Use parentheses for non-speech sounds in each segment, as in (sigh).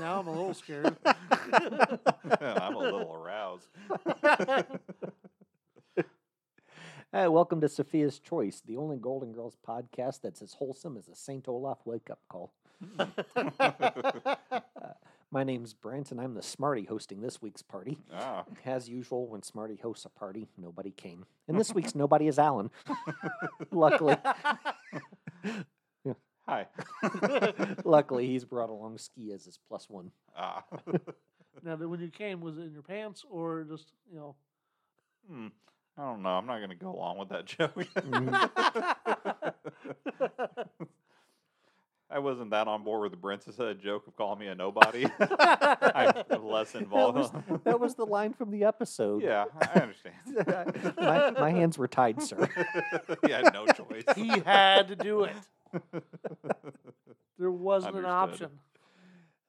Now I'm a little (laughs) scared. I'm a little (laughs) aroused. (laughs) Hey, welcome to Sophia's Choice, the only Golden Girls podcast that's as wholesome as a St. Olaf wake up call. My name's Brent, and I'm the smarty hosting this week's party. Ah, As usual, when Smarty hosts a party, nobody came. And this week's nobody is Alan. luckily, hi. (laughs) luckily, he's brought along Ski as his plus one. ah. now, that when you came, was it in your pants or just you know? Hmm. I don't know. I'm not going to go along with that (laughs) joke. I wasn't that on board with the Princess Head joke of calling me a nobody. (laughs) I'm less (laughs) That involved. was, that was the line from the (laughs) episode. yeah, I understand. (laughs) (laughs) my, my hands were tied, sir. he had no (laughs) choice. He had to do (laughs) it. There wasn't an Understood. option.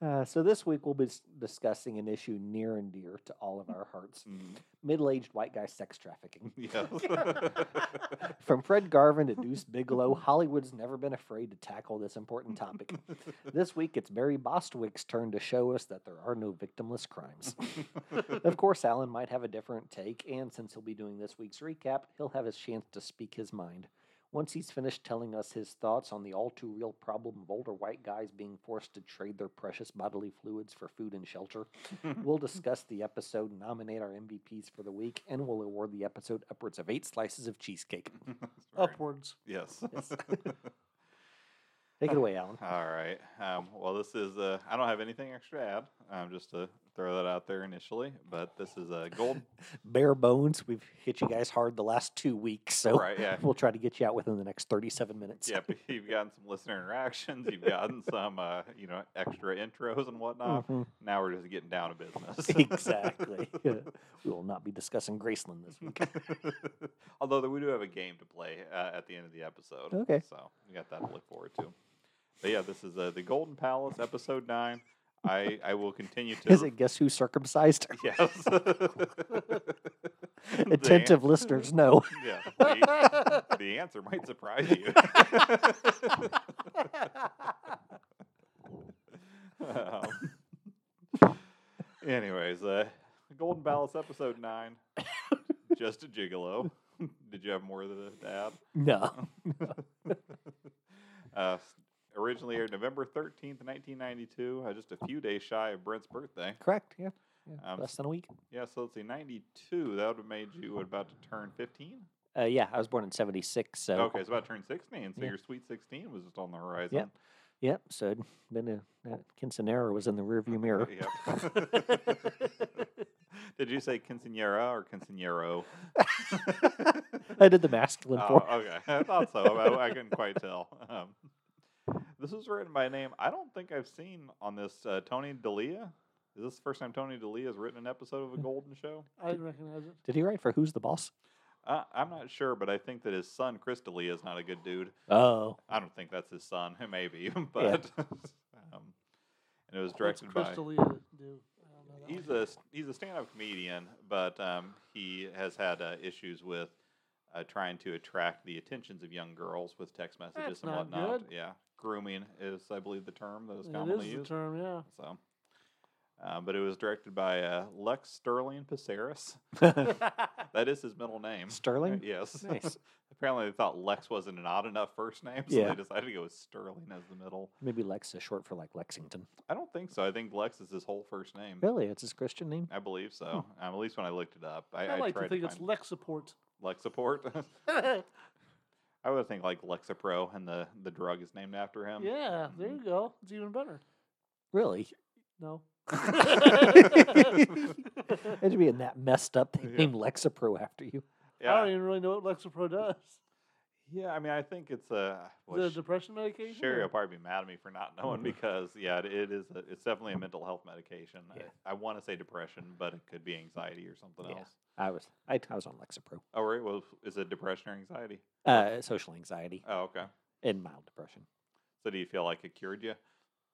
Uh, so this week we'll be s- discussing an issue near and dear to all of our hearts: Mm, middle-aged white guy sex trafficking. (laughs) (laughs) yes. From Fred Garvin to Deuce Bigelow, Hollywood's never been afraid to tackle this important topic. this week it's Barry Bostwick's turn to show us that there are no victimless crimes. of course, Alan might have a different take, and since he'll be doing this week's recap, he'll have his chance to speak his mind. Once he's finished telling us his thoughts on the all too real problem of older white guys being forced to trade their precious bodily fluids for food and shelter, we'll discuss the episode, nominate our MVPs for the week, and we'll award the episode upwards of eight slices of cheesecake. Sorry. Upwards. Yes. Yes. Take it away, Alan. All right. Um, well, this is, uh, I don't have anything extra to add, um, just to throw that out there initially, but this is a (laughs) gold. Bare bones. We've hit you guys hard the last two weeks, so right, yeah. (laughs) we'll try to get you out within the next 37 minutes. (laughs) Yep. (laughs) You've gotten some listener interactions. You've gotten some, uh, you know, extra intros and whatnot. (laughs) Mhm. Now we're just getting down to (laughs) business. exactly. we will not be discussing Graceland this week. (laughs) (laughs) Although we do have a game to play uh, at the end of the episode. Okay. So we got that to look forward to. But yeah, this is uh, the Golden Palace, episode nine. I, I will continue to. (laughs) Is it Guess Who Circumcised? (laughs) Yes. (laughs) The (laughs) Attentive an- listeners know. Yeah. The, the answer might surprise you. (laughs) Um, anyways, uh, Golden Palace episode nine. Just a gigolo. (laughs) Did you have more to to add? (laughs) No. (laughs) (laughs) Uh, s- originally aired November 13th, 1992, uh, just a few days shy of Brent's birthday. Correct. Yeah. yeah, Um, Less than a week. Yeah, so let's see, 92, that would have made you about to turn 15? Uh, yeah, I was born in 76, so. Okay, so about to turn 16, so Yeah. your sweet 16 was just on the horizon. Yep. Yep. So it'd been a, that quinceanera was in (laughs) the rearview mirror. Yep. (laughs) Did you say quinceanera or quinceanero? I did the masculine Oh, form. okay. I thought so. but I, I couldn't quite tell. Um, this was written by a name I don't think I've seen on this. Uh, Tony D'Elia. Is this the first time Tony D'Elia has written an episode of a Golden Show? I didn't recognize it. Did he write for Who's the Boss? Uh, I'm not sure, but I think that his son Chris D'Elia is not a good dude. Oh. I don't think that's his son. (laughs) It may be, but (laughs) um, and it was What's directed by. Crystal Leah do? I don't know that He's a he's a stand-up comedian, but um, he has had uh, issues with uh, trying to attract the attentions of young girls with text messages That's and not whatnot. good. Yeah, grooming is, I believe, the term that is one. It commonly is the used. term, yeah. So, um, but it was directed by uh, Lex Sterling (laughs) Passeris. that is his middle name. Uh, Sterling? Yes. Nice. (laughs) Apparently, they thought Lex wasn't an odd enough first name, so Yeah. they decided to go with Sterling as the middle. Maybe Lex is short for like Lexington. I don't think so. I think Lex is his whole first name. Really? It's his Christian name? I believe so. Um, at least when I looked it up, I, Hmm. (laughs) I, like tried to think to it's find Lexaport. Lexaport. (laughs) (laughs) I would think like Lexapro, and the the drug is named after him. yeah, there you go. It's even better. Really? (laughs) No. (laughs) (laughs) Imagine I being that messed up. They Yeah. named Lexapro after you. (laughs) Yeah, don't even really know what Lexapro does. yeah. I mean, I think it's a well, the sh- depression medication? Sherry or- (laughs) Mm-hmm. will probably be mad at me for not knowing because yeah, it- it is. A, it's definitely a mental health medication. Yeah. I, I want to say depression, but it could be anxiety or something Yeah. else. I was I, I was on Lexapro. Oh, right. Well, is it depression or anxiety? Uh, social anxiety Oh, okay. and mild depression. So do you feel like it cured you?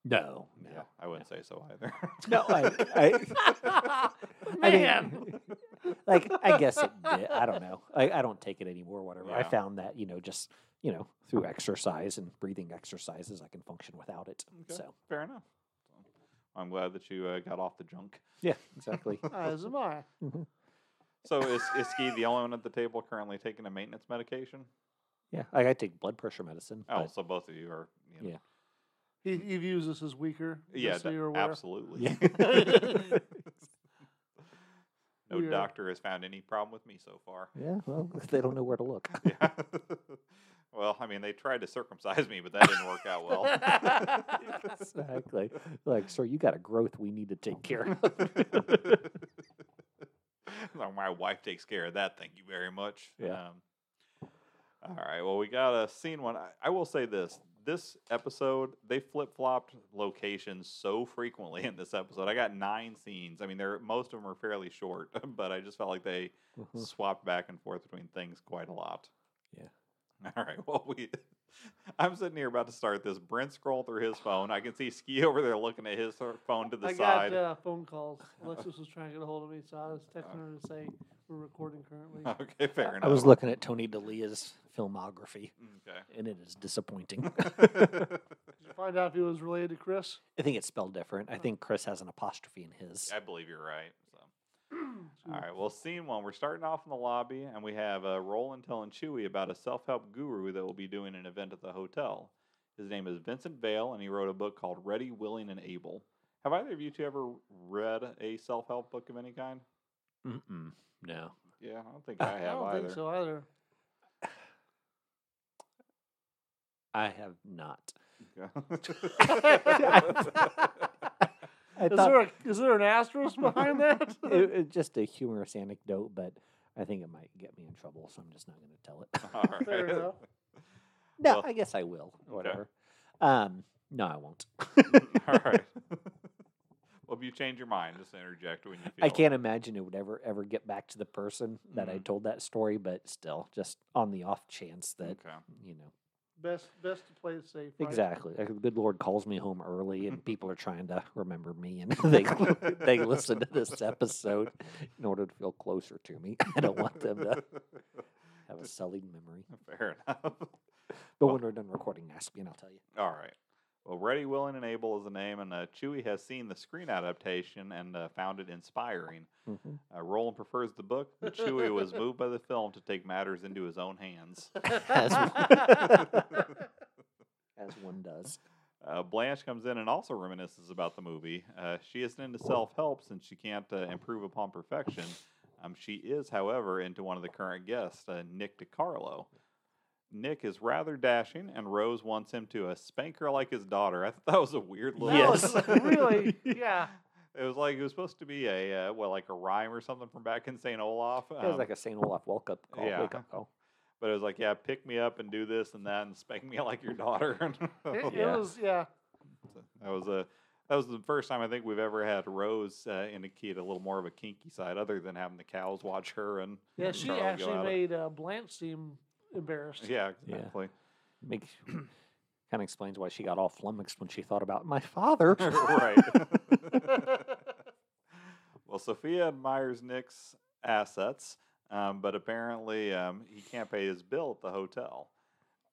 No, no. Yeah, I wouldn't say so either. No, (laughs) (laughs) (laughs) I- I mean, Man. (laughs) like I guess (laughs) it did. I don't know. I, I don't take it anymore. Whatever. I Yeah. found that you know just you know through exercise and breathing exercises, I can function without it. Okay. So Fair enough. So, I'm glad that you uh, got off the junk. (laughs) yeah, exactly. As am I. So is is he the only one at the table currently taking a maintenance medication? yeah, like I take blood pressure medicine. Oh, but- so both of you are. You know, Yeah. He, he views us as weaker. yeah, just so that- you're aware. absolutely. Yeah. (laughs) no We are- doctor has found any problem with me so far. yeah, well, (laughs) they don't know where to look. Yeah. (laughs) well, I mean, they tried to circumcise me, but that didn't work out (laughs) well. (laughs) exactly. Like, sir, you got a growth we need to take care (laughs) of. (laughs) Well, My wife takes care of that. Thank you very much. Yeah. Um, all right. Well, we got a scene one. I, I will say this: this episode, they flip flopped locations so frequently (laughs) in this episode. I got nine scenes. I mean, they're most of them are fairly short, (laughs) but I just felt like they Mhm. swapped back and forth between things quite a lot. Yeah. (laughs) All right. Well, we. (laughs) I'm sitting here about to start this. Brent scrolled through his phone. I can see Ski over there looking at his phone to the I side. got uh, phone (laughs) calls. Alexis was trying to get a hold of me, so I was texting Uh. her to say we're recording currently. (laughs) Okay, fair enough. I was looking at Tony Delia's filmography, and it is (laughs) disappointing. (laughs) Okay. Did you find out if it was related to Chris? I think it's spelled different. I think Chris has an apostrophe in his. I believe you're right. So. Excuse (clears throat) All me. right. Well, scene one. We're starting off in the lobby, and we have uh, Roland telling Chewy about a self-help guru that will be doing an event at the hotel. His name is Vincent Vale, and he wrote a book called Ready, Willing, and Able. Have either of you two ever read a self-help book of any kind? Mm-mm. No. Yeah, I don't think I have I don't either. think (laughs) so either. I have not. Okay. I Is thought there, a, is there an asterisk behind that? (laughs) (laughs) it, it just a humorous anecdote, but I think it might get me in trouble, so I'm just not going to tell it. All (laughs) right. (laughs) Fair enough. (laughs) no, Uh-huh. Well- I guess I will. Okay. Whatever. Um, no, I won't. (laughs) All right. well, if you change your mind, just interject when you feel I it. can't imagine it would ever ever get back to the person that I Mhm. told that story, but still, just on the off chance that Okay. you know Best best to play it safe. right? exactly, like, the good Lord calls me home early, (laughs) and people are trying to remember me, and (laughs) they they listen to this episode in order to feel closer to me. (laughs) I don't want them to have a sullied memory. (laughs) Fair enough. (laughs) But Well- when we're done recording, ask me, and I'll tell you. All right. Well, Ready, Willing, and Able is the name, and uh, Chewy has seen the screen adaptation and uh, found it inspiring. (laughs) Uh, Roland prefers the book, but Chewy was moved by the film to take matters into his own hands. (laughs) (laughs) As one does. Uh, Blanche comes in and also reminisces about the movie. Uh, she isn't into self help since she can't uh, improve upon perfection. Um, she is, however, into one of the current guests, uh, Nick DiCarlo. Nick is rather dashing, and Rose wants him to uh, spank her like his daughter. I thought that was a weird That little. was Yes. (laughs) really, (laughs) yeah. It was like it was supposed to be a uh, well, like a rhyme or something from back in Saint Olaf. it was um, like a Saint Olaf wake up call. yeah. Wake up (clears throat) call. but it was like, yeah, pick me up and do this and that, and spank me like your daughter. (laughs) It, Yeah. it was, yeah. So That was a that was the first time I think we've ever had Rose uh, indicate a little more of a kinky side, other than having the cows watch her and Yeah, and she Charlie go actually at it. made uh, Blanche seem embarrassed. (laughs) yeah Yeah. exactly Makes kind of explains why she got all flummoxed when she thought about (laughs) my father. right. (laughs) well, Sophia admires Nick's assets, um, but apparently um, he can't pay his bill at the hotel.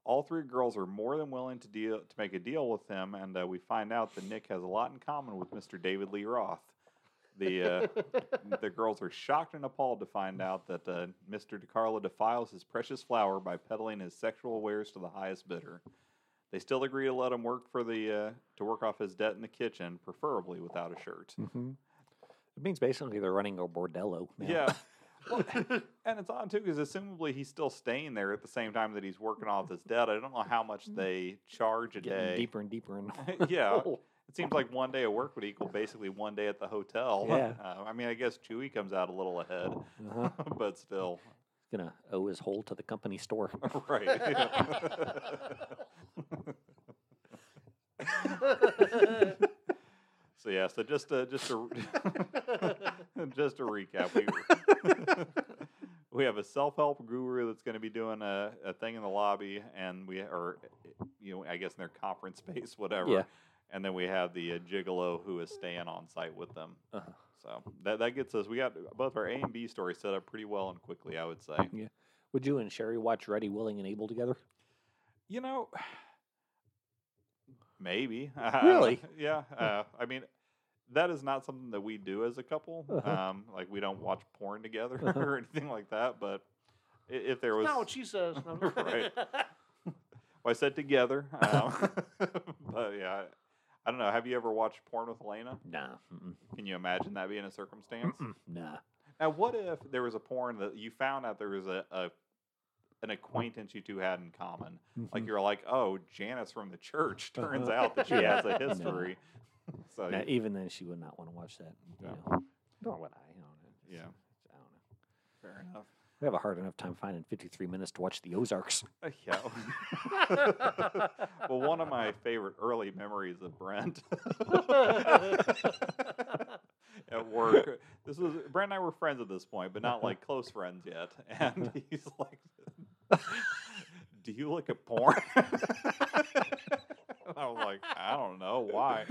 All three girls are more than willing to deal to make a deal with him, and uh, we find out that Nick has a lot in common with Mr. David Lee Roth. The uh, the girls are shocked and appalled to find out that uh, Mr. DiCarlo defiles his precious flower by peddling his sexual wares to the highest bidder. They still agree to let him work for the uh, to work off his debt in the kitchen, preferably without a shirt. Mhm. It means basically they're running a bordello. Now. Mm-hmm. (laughs) Yeah. Well, and it's on too because assumably he's still staying there at the same time that he's working off his debt. I don't know how much they charge a Mm. (laughs) Getting day. deeper and deeper in yeah, hole. It seems like one day at work would equal basically one day at the hotel. Yeah. (laughs) Uh, I mean, I guess Chewy comes out a little ahead, (laughs) Uh-huh. but still, (laughs) Gonna owe his whole to the company store. (laughs) right? (laughs) (laughs) so yeah, so just to, just to (laughs) just to recap, we (laughs) we have a self help guru that's going to be doing a, a thing in the lobby, and we or you know I guess in their conference space, whatever. Yeah. And then we have the uh, gigolo who is staying on site with them. Uh-huh. So that that gets us. We got both our A and B stories set up pretty well and quickly, I would say. Would you and Sherry watch Ready, Willing, and Able together? You know, maybe. (laughs) I- I don't know. Really? yeah. Uh, I mean, that is not something that we do as a couple. Uh-huh. Um, like we don't watch porn together (laughs) Uh-huh. or anything like that. But i- if there was, Not what she says. No. Right. well, I said together. Um, (laughs) (laughs) but yeah, I- I don't know. Have you ever watched porn with Elena? Nah. Mm-mm. Can you imagine that being a circumstance? Nah. Now, what if there was a porn that you found out there was a, a an acquaintance you two had in common? Like Mhm. you're like, oh, Janice from the church. Turns Uh-huh. out that she Yeah. has a No. history. so Nah, you- even then, she would not want to watch that. you Yeah. know. Nor would I. I don't know. It's- Yeah. it's- I don't know. fair enough. We have a hard enough time finding 53 minutes to watch the Ozarks. Uh, yeah. well, one of my favorite early memories of Brent (laughs) at work. This was Brent and I were friends at this point, but not like close friends yet. And he's like, "Do you look at porn?" (laughs) and I was like, "I don't know why." (laughs)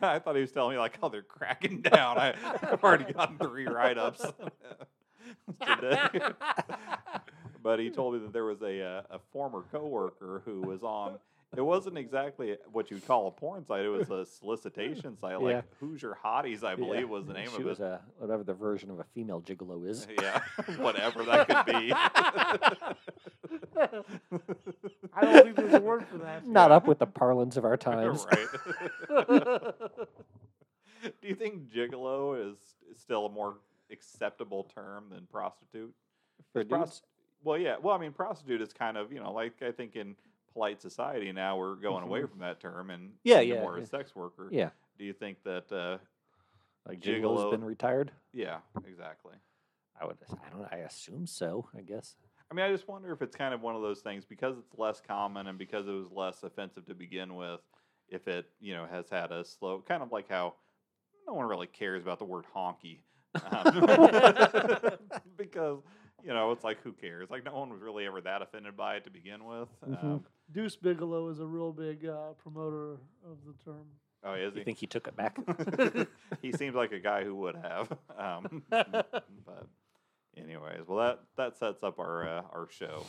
I thought he was telling me like, "Oh, they're cracking down." I, I've already gotten three write-ups (laughs) today. (laughs) but he told me that there was a uh, a former coworker who was on. It wasn't exactly what you'd call a porn site. It was a solicitation site, like Yeah. Hoosier Hotties, I believe, Yeah. was the name she of was it. A, whatever the version of a female gigolo is. (laughs) yeah, (laughs) whatever that could (laughs) be. (laughs) I don't think there's a word for that. Not up with the (laughs) parlance of our times. right. (laughs) Do you think gigolo is still a more acceptable term than prostitute? For It's pros- dudes. Well, yeah. Well, I mean, prostitute is kind of you know like I think in polite society now we're going away from that term and Mm-hmm. Yeah, into yeah, more yeah. as sex worker. Yeah. Do you think that? uh Like gigolo's Gigolo. been retired. Yeah, exactly. I would. I don't. I assume so. I guess. I mean, I just wonder if it's kind of one of those things because it's less common and because it was less offensive to begin with. If it you know has had a slow kind of like how no one really cares about the word honky um, (laughs) because you know it's like who cares like no one was really ever that offended by it to begin with. Mhm. Um, (laughs) Deuce Bigelow is a real big uh, promoter of the term. oh, is You he? think he took (laughs) it back? he seems like a guy who would have. Um, (laughs) but anyways, well that that sets up our uh, our show.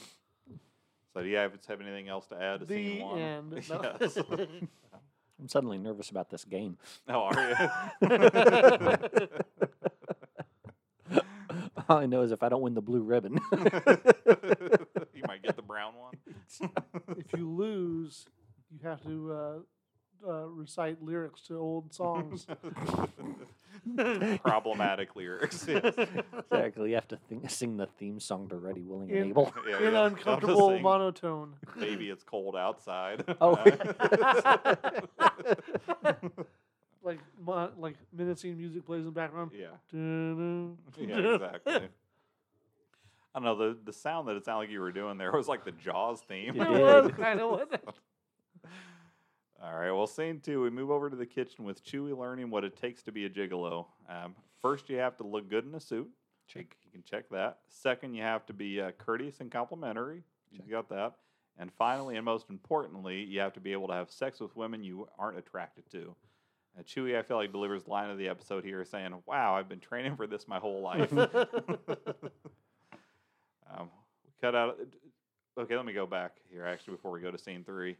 So do you have, have anything else to add to the scene one? (laughs) end. No. Yes. I'm suddenly nervous about this game. oh, are (laughs) (laughs) All I know is if I don't win the blue (laughs) ribbon, (laughs) you? you might get the brown one. if you lose, you have to uh, uh, recite lyrics to old songs. (laughs) Problematic lyrics. yes. exactly. You have to think, sing the theme song to Ready, Willing, In- and Able. (laughs) Yeah, in yeah. I'll just uncomfortable sing, monotone. Baby, it's cold outside. Oh. (laughs) like mo- like menacing music plays in the background. (laughs) yeah. Dun-dun, (laughs) Yeah, dun. exactly. I don't know the the sound that it sounded like you were doing there (laughs) was like the Jaws theme. It did. was kind of what All right. Well, scene two, we move over to the kitchen with Chewy learning what it takes to be a gigolo. Um, first, you have to look good in a suit. Check. You can check that. Second, you have to be uh, courteous and complimentary. You got that. And finally, and most importantly, you have to be able to have sex with women you aren't attracted to. Uh, Chewy, I feel like delivers the line of the episode here, saying, "Wow, I've been training for this my whole (laughs) life." (laughs) Um, we cut out. Okay, let me go back here actually before we go to scene three.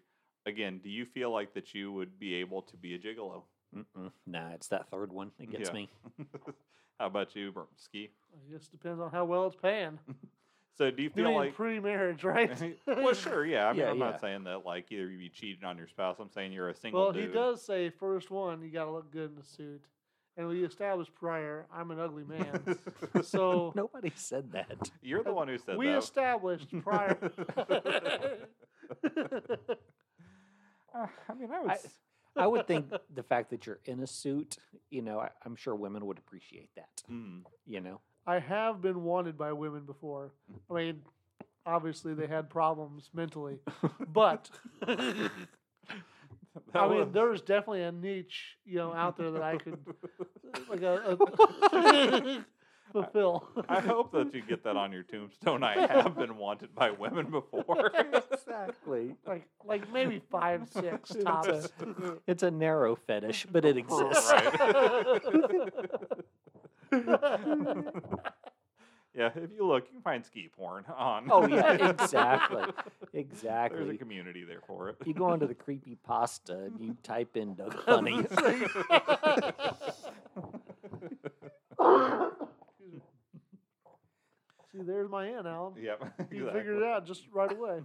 Again, do you feel like that you would be able to be a gigolo? Mm-mm. Nah, it's that third one. It gets Yeah. me. (laughs) How about you, Br- Ski? I guess depends on how well it's (laughs) paying. So do you You feel mean like? pre-marriage, (laughs) right? well, sure, yeah. I mean, Yeah, I'm yeah. not saying that like either you be cheating on your spouse. I'm saying you're a single Well, dude. he does say first one, you got to look good in a suit, and we established prior, I'm an ugly (laughs) man. (laughs) so Nobody said that. You're the one who said we that. established (laughs) prior. (laughs) Uh, I mean, I would. I- s- I would think the fact that you're in a suit, you know, I, I'm sure women would appreciate that. Mm. You know, I have been wanted by women before. I mean, obviously they had problems (laughs) mentally, but I mean, (laughs) there. there's definitely a niche, you know, out there that I (laughs) could like a, a fulfill. I hope that you get that on your tombstone. I have been wanted by women before. exactly. (laughs) like like maybe five, (laughs) six tops. It's a narrow fetish, but it exists. yeah, if you look, you can find ski porn on. (laughs) (laughs) Oh yeah, exactly, There's a exactly. community there for it. You go onto the creepy pasta and you type (laughs) in Doug Funny. (laughs) See, there's my aunt, Alan. yep. You figured it out just right away.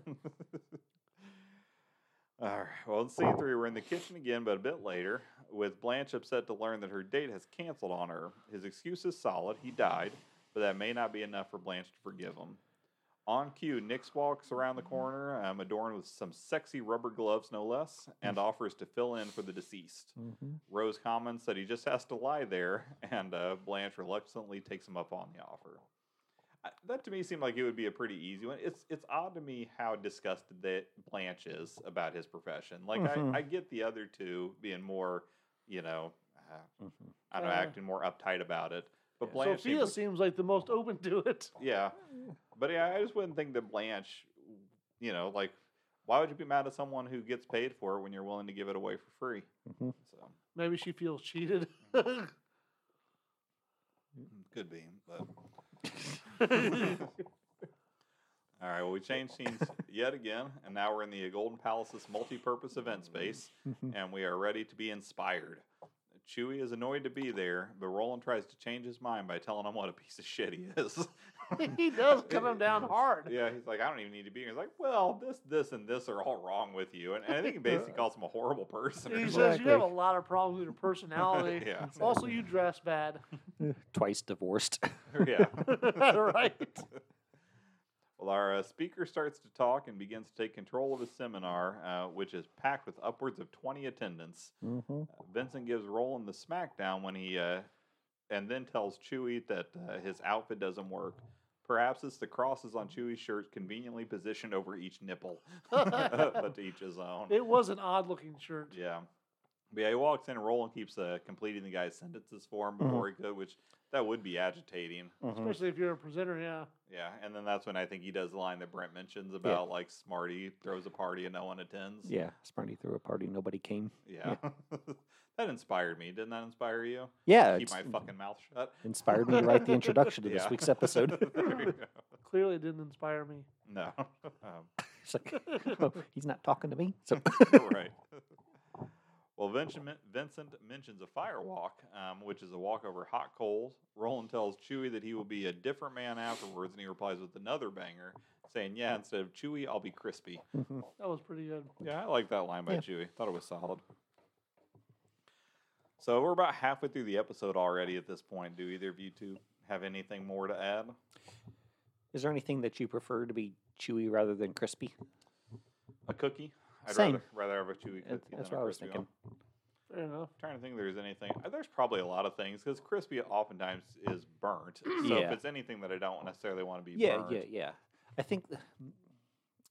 All right. Well, in scene three, we're in the kitchen again, but a bit later, with Blanche upset to learn that her date has canceled on her. His excuse is solid. He died, but that may not be enough for Blanche to forgive him. On cue, Nix walks around the corner, um, adorned with some sexy rubber gloves, no less, and offers to fill in for the deceased. Mm-hmm. Rose comments that he just has to lie there, (laughs) and uh, Blanche reluctantly takes him up on the offer. I- That to me seemed like it would be a pretty easy one. It's it's odd to me how disgusted that Blanche is about his profession. Like Mhm. I, I get the other two being more, you know, uh, Mm-hmm. I don't know, Uh, acting more uptight about it. But yeah. Blanche, seemed- Sophia seems like the most open to it. yeah, but yeah, I just wouldn't think that Blanche, you know, like why would you be mad at someone who gets paid for it when you're willing to give it away for free? Mhm. So. Maybe she feels (laughs) cheated. Could be, but. All right, well, we changed scenes yet again, and now we're in the Golden Palace's multi purpose event space, and we are ready to be inspired. Chewie is annoyed to be there, but Roland tries to change his mind by telling him what a piece of shit he is. (laughs) (laughs) he does cut him down hard. yeah, he's like, I don't even need to be here. He's like, well, this, this, and this are all wrong with you. And, and I think he basically calls him a horrible person. or (laughs) He something. says you have a lot of problems with your personality. (laughs) yeah, Also, you dress bad. (laughs) Twice divorced. (laughs) yeah. right? Well, our uh, speaker starts to talk and begins to take control of his seminar, uh, which is packed with upwards of 20 attendants. Mm-hmm. Uh, Vincent gives Roland the smackdown when he, uh, and then tells Chewie that uh, his outfit doesn't work. Perhaps it's the crosses on Chewie's shirt conveniently positioned over each nipple, (laughs) but to each his (laughs) own. It was an odd looking shirt. Yeah. But yeah, he walks in and Roland keeps uh, completing the guy's sentences for Mm-hmm. him before he could, which that would be agitating. Especially if you're a presenter, yeah. Yeah, and then that's when I think he does the line that Brent mentions about like Smarty throws a party and no one attends. Yeah, Smarty threw a party, nobody came. Yeah. (laughs) that inspired me. Didn't that inspire you? Yeah, Keep Uh, it's my fucking mouth shut. inspired me to write the introduction (laughs) to Yeah. this week's episode. There you go. Clearly it didn't inspire me. (laughs) no. Um, It's like, oh, he's not talking to me. So (laughs) right. (laughs) Well, Vincent, men- Vincent mentions a fire walk, um, which is a walk over hot coals. Roland tells Chewie that he will be a different man afterwards, and he replies with another banger, saying, "Yeah, instead of Chewie, I'll be crispy." That was pretty good. Yeah, I like that line by Yeah. Chewy. Thought it was solid. So we're about halfway through the episode already at this point. Do either of you two have anything more to add? Is there anything that you prefer to be chewy rather than crispy? A cookie? I'd Same. rather rather have a chewy That's- cookie that's than what I a was crispy one. thinking. Fair enough. I'm trying to think if there's anything. uh, There's probably a lot of things because crispy oftentimes is burnt. So if Yeah. it's anything that I don't necessarily want to be Yeah, burnt. yeah, yeah. I think th-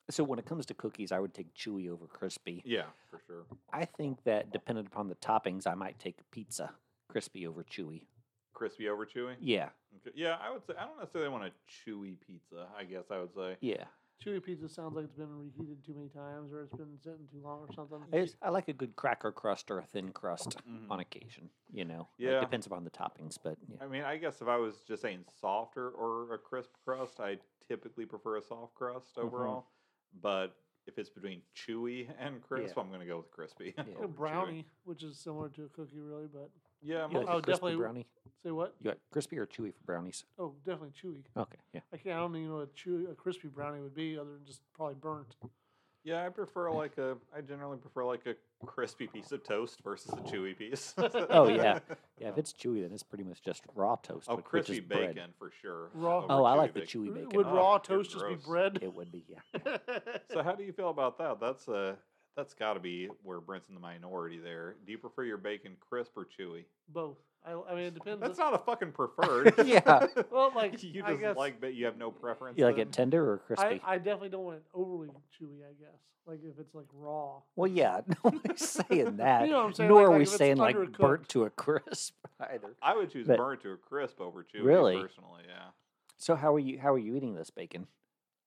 so. When it comes to cookies, I would take chewy over crispy. Yeah, for sure. I think that dependent upon the toppings, I might take pizza crispy over chewy. Crispy over chewy? Yeah, Okay. Yeah, I would say I don't necessarily want a chewy pizza, I guess I would say. yeah. Chewy pizza sounds like it's been reheated too many times or it's been sitting too long or something. I, just- I like a good cracker crust or a thin crust Mhm. Mm-hmm. on occasion. You know, Yeah. it depends upon the toppings, but yeah. I mean, I guess if I was just saying softer or a crisp crust, I typically prefer a soft crust Mm-hmm. overall. But if it's between chewy and crisp, I'm going to go with crispy. Yeah. A (laughs) over Oh, chewy. brownie, which is similar to a cookie, really, but (laughs) Yeah, most, You like a Oh, crispy definitely- brownie. say what? You like crispy or chewy for brownies? Oh, definitely chewy. Okay, yeah. I can't. I don't even know what chewy, a crispy brownie would be, other than just probably burnt. yeah, I prefer like a. I generally prefer like a crispy piece of toast versus a chewy piece. oh (laughs) Oh yeah, yeah. If Uh-huh. it's chewy, then it's pretty much just raw toast. (laughs) Oh, which- which crispy is bread. bacon for sure. Raw- over Oh, I chewy like the bacon. chewy Would bacon. would Oh, raw you're toast just be (laughs) gross. bread? It would be yeah. So how do you feel about that? That's a That's got to be where Brent's in the minority there. Do you prefer your bacon crisp or chewy? Both. I, I mean, it depends. That's on- not a fucking preferred. (laughs) (laughs) Yeah. well, like you I just guess like, but you have no preference. You like then? it tender or I, crispy? I definitely don't want it overly chewy. I guess like if it's like raw. well, yeah, (laughs) nobody's (laughs) saying that. You know what I'm saying? Nor Like- are like we if it's saying like undercooked. burnt to a (laughs) crisp either. I would choose But- burnt to a crisp over chewy. Really? Personally, yeah. So how are you? How are you eating this bacon?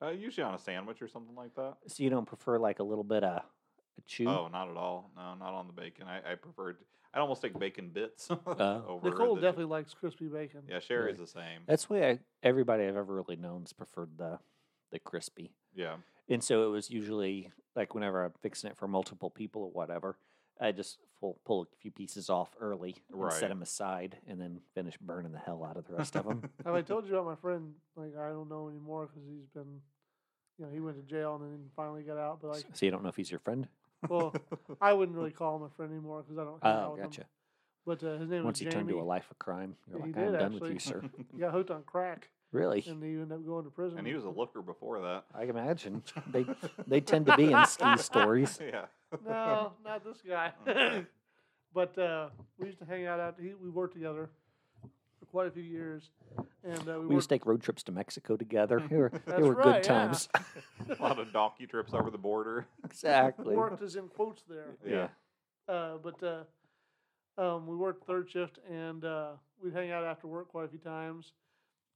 Uh, usually on a sandwich or something like that. So you don't prefer like a little bit of a chew? Oh, not at all. No, not on the bacon. I, I preferred. I would almost take bacon bits (laughs) over. Nicole the- definitely likes crispy bacon. Yeah, Sherry's Really. the same. Uh-huh. That's why I, everybody I've ever really known's preferred the the crispy. Yeah. And so it was usually like whenever I'm fixing it for multiple people or whatever, I just pull pull a few pieces off early and set Right. them aside, and then finish burning the hell out (laughs) of the rest of them. Have (laughs) I told you about my friend? Like I don't know anymore because he's been, you know, he went to jail and then finally got out. But (laughs) like, so you don't know if he's your friend. well, I wouldn't really call him a friend anymore because I don't. hang out Oh, with him. gotcha. But uh, his name Once was you Jamie. turn to a life of crime, you're He like, did, I'm done with actually. you, sir. (laughs) He got hooked on crack, really? and he ended up going to prison. and he (laughs) was a looker before that. I can imagine (laughs) they they tend to be in ski stories. Yeah. no, not this guy. (laughs) Okay. but uh, we used to hang out. Out he, we worked together for quite a few years, and uh, we, We used worked. to take road trips to (laughs) Mexico together. They were, they That's were right, yeah. (laughs) good times. (laughs) a lot of donkey trips over the border. exactly. worked as in quotes there. Yeah. Uh, but uh, um, we worked third shift, and uh, we'd hang out after work quite a few times.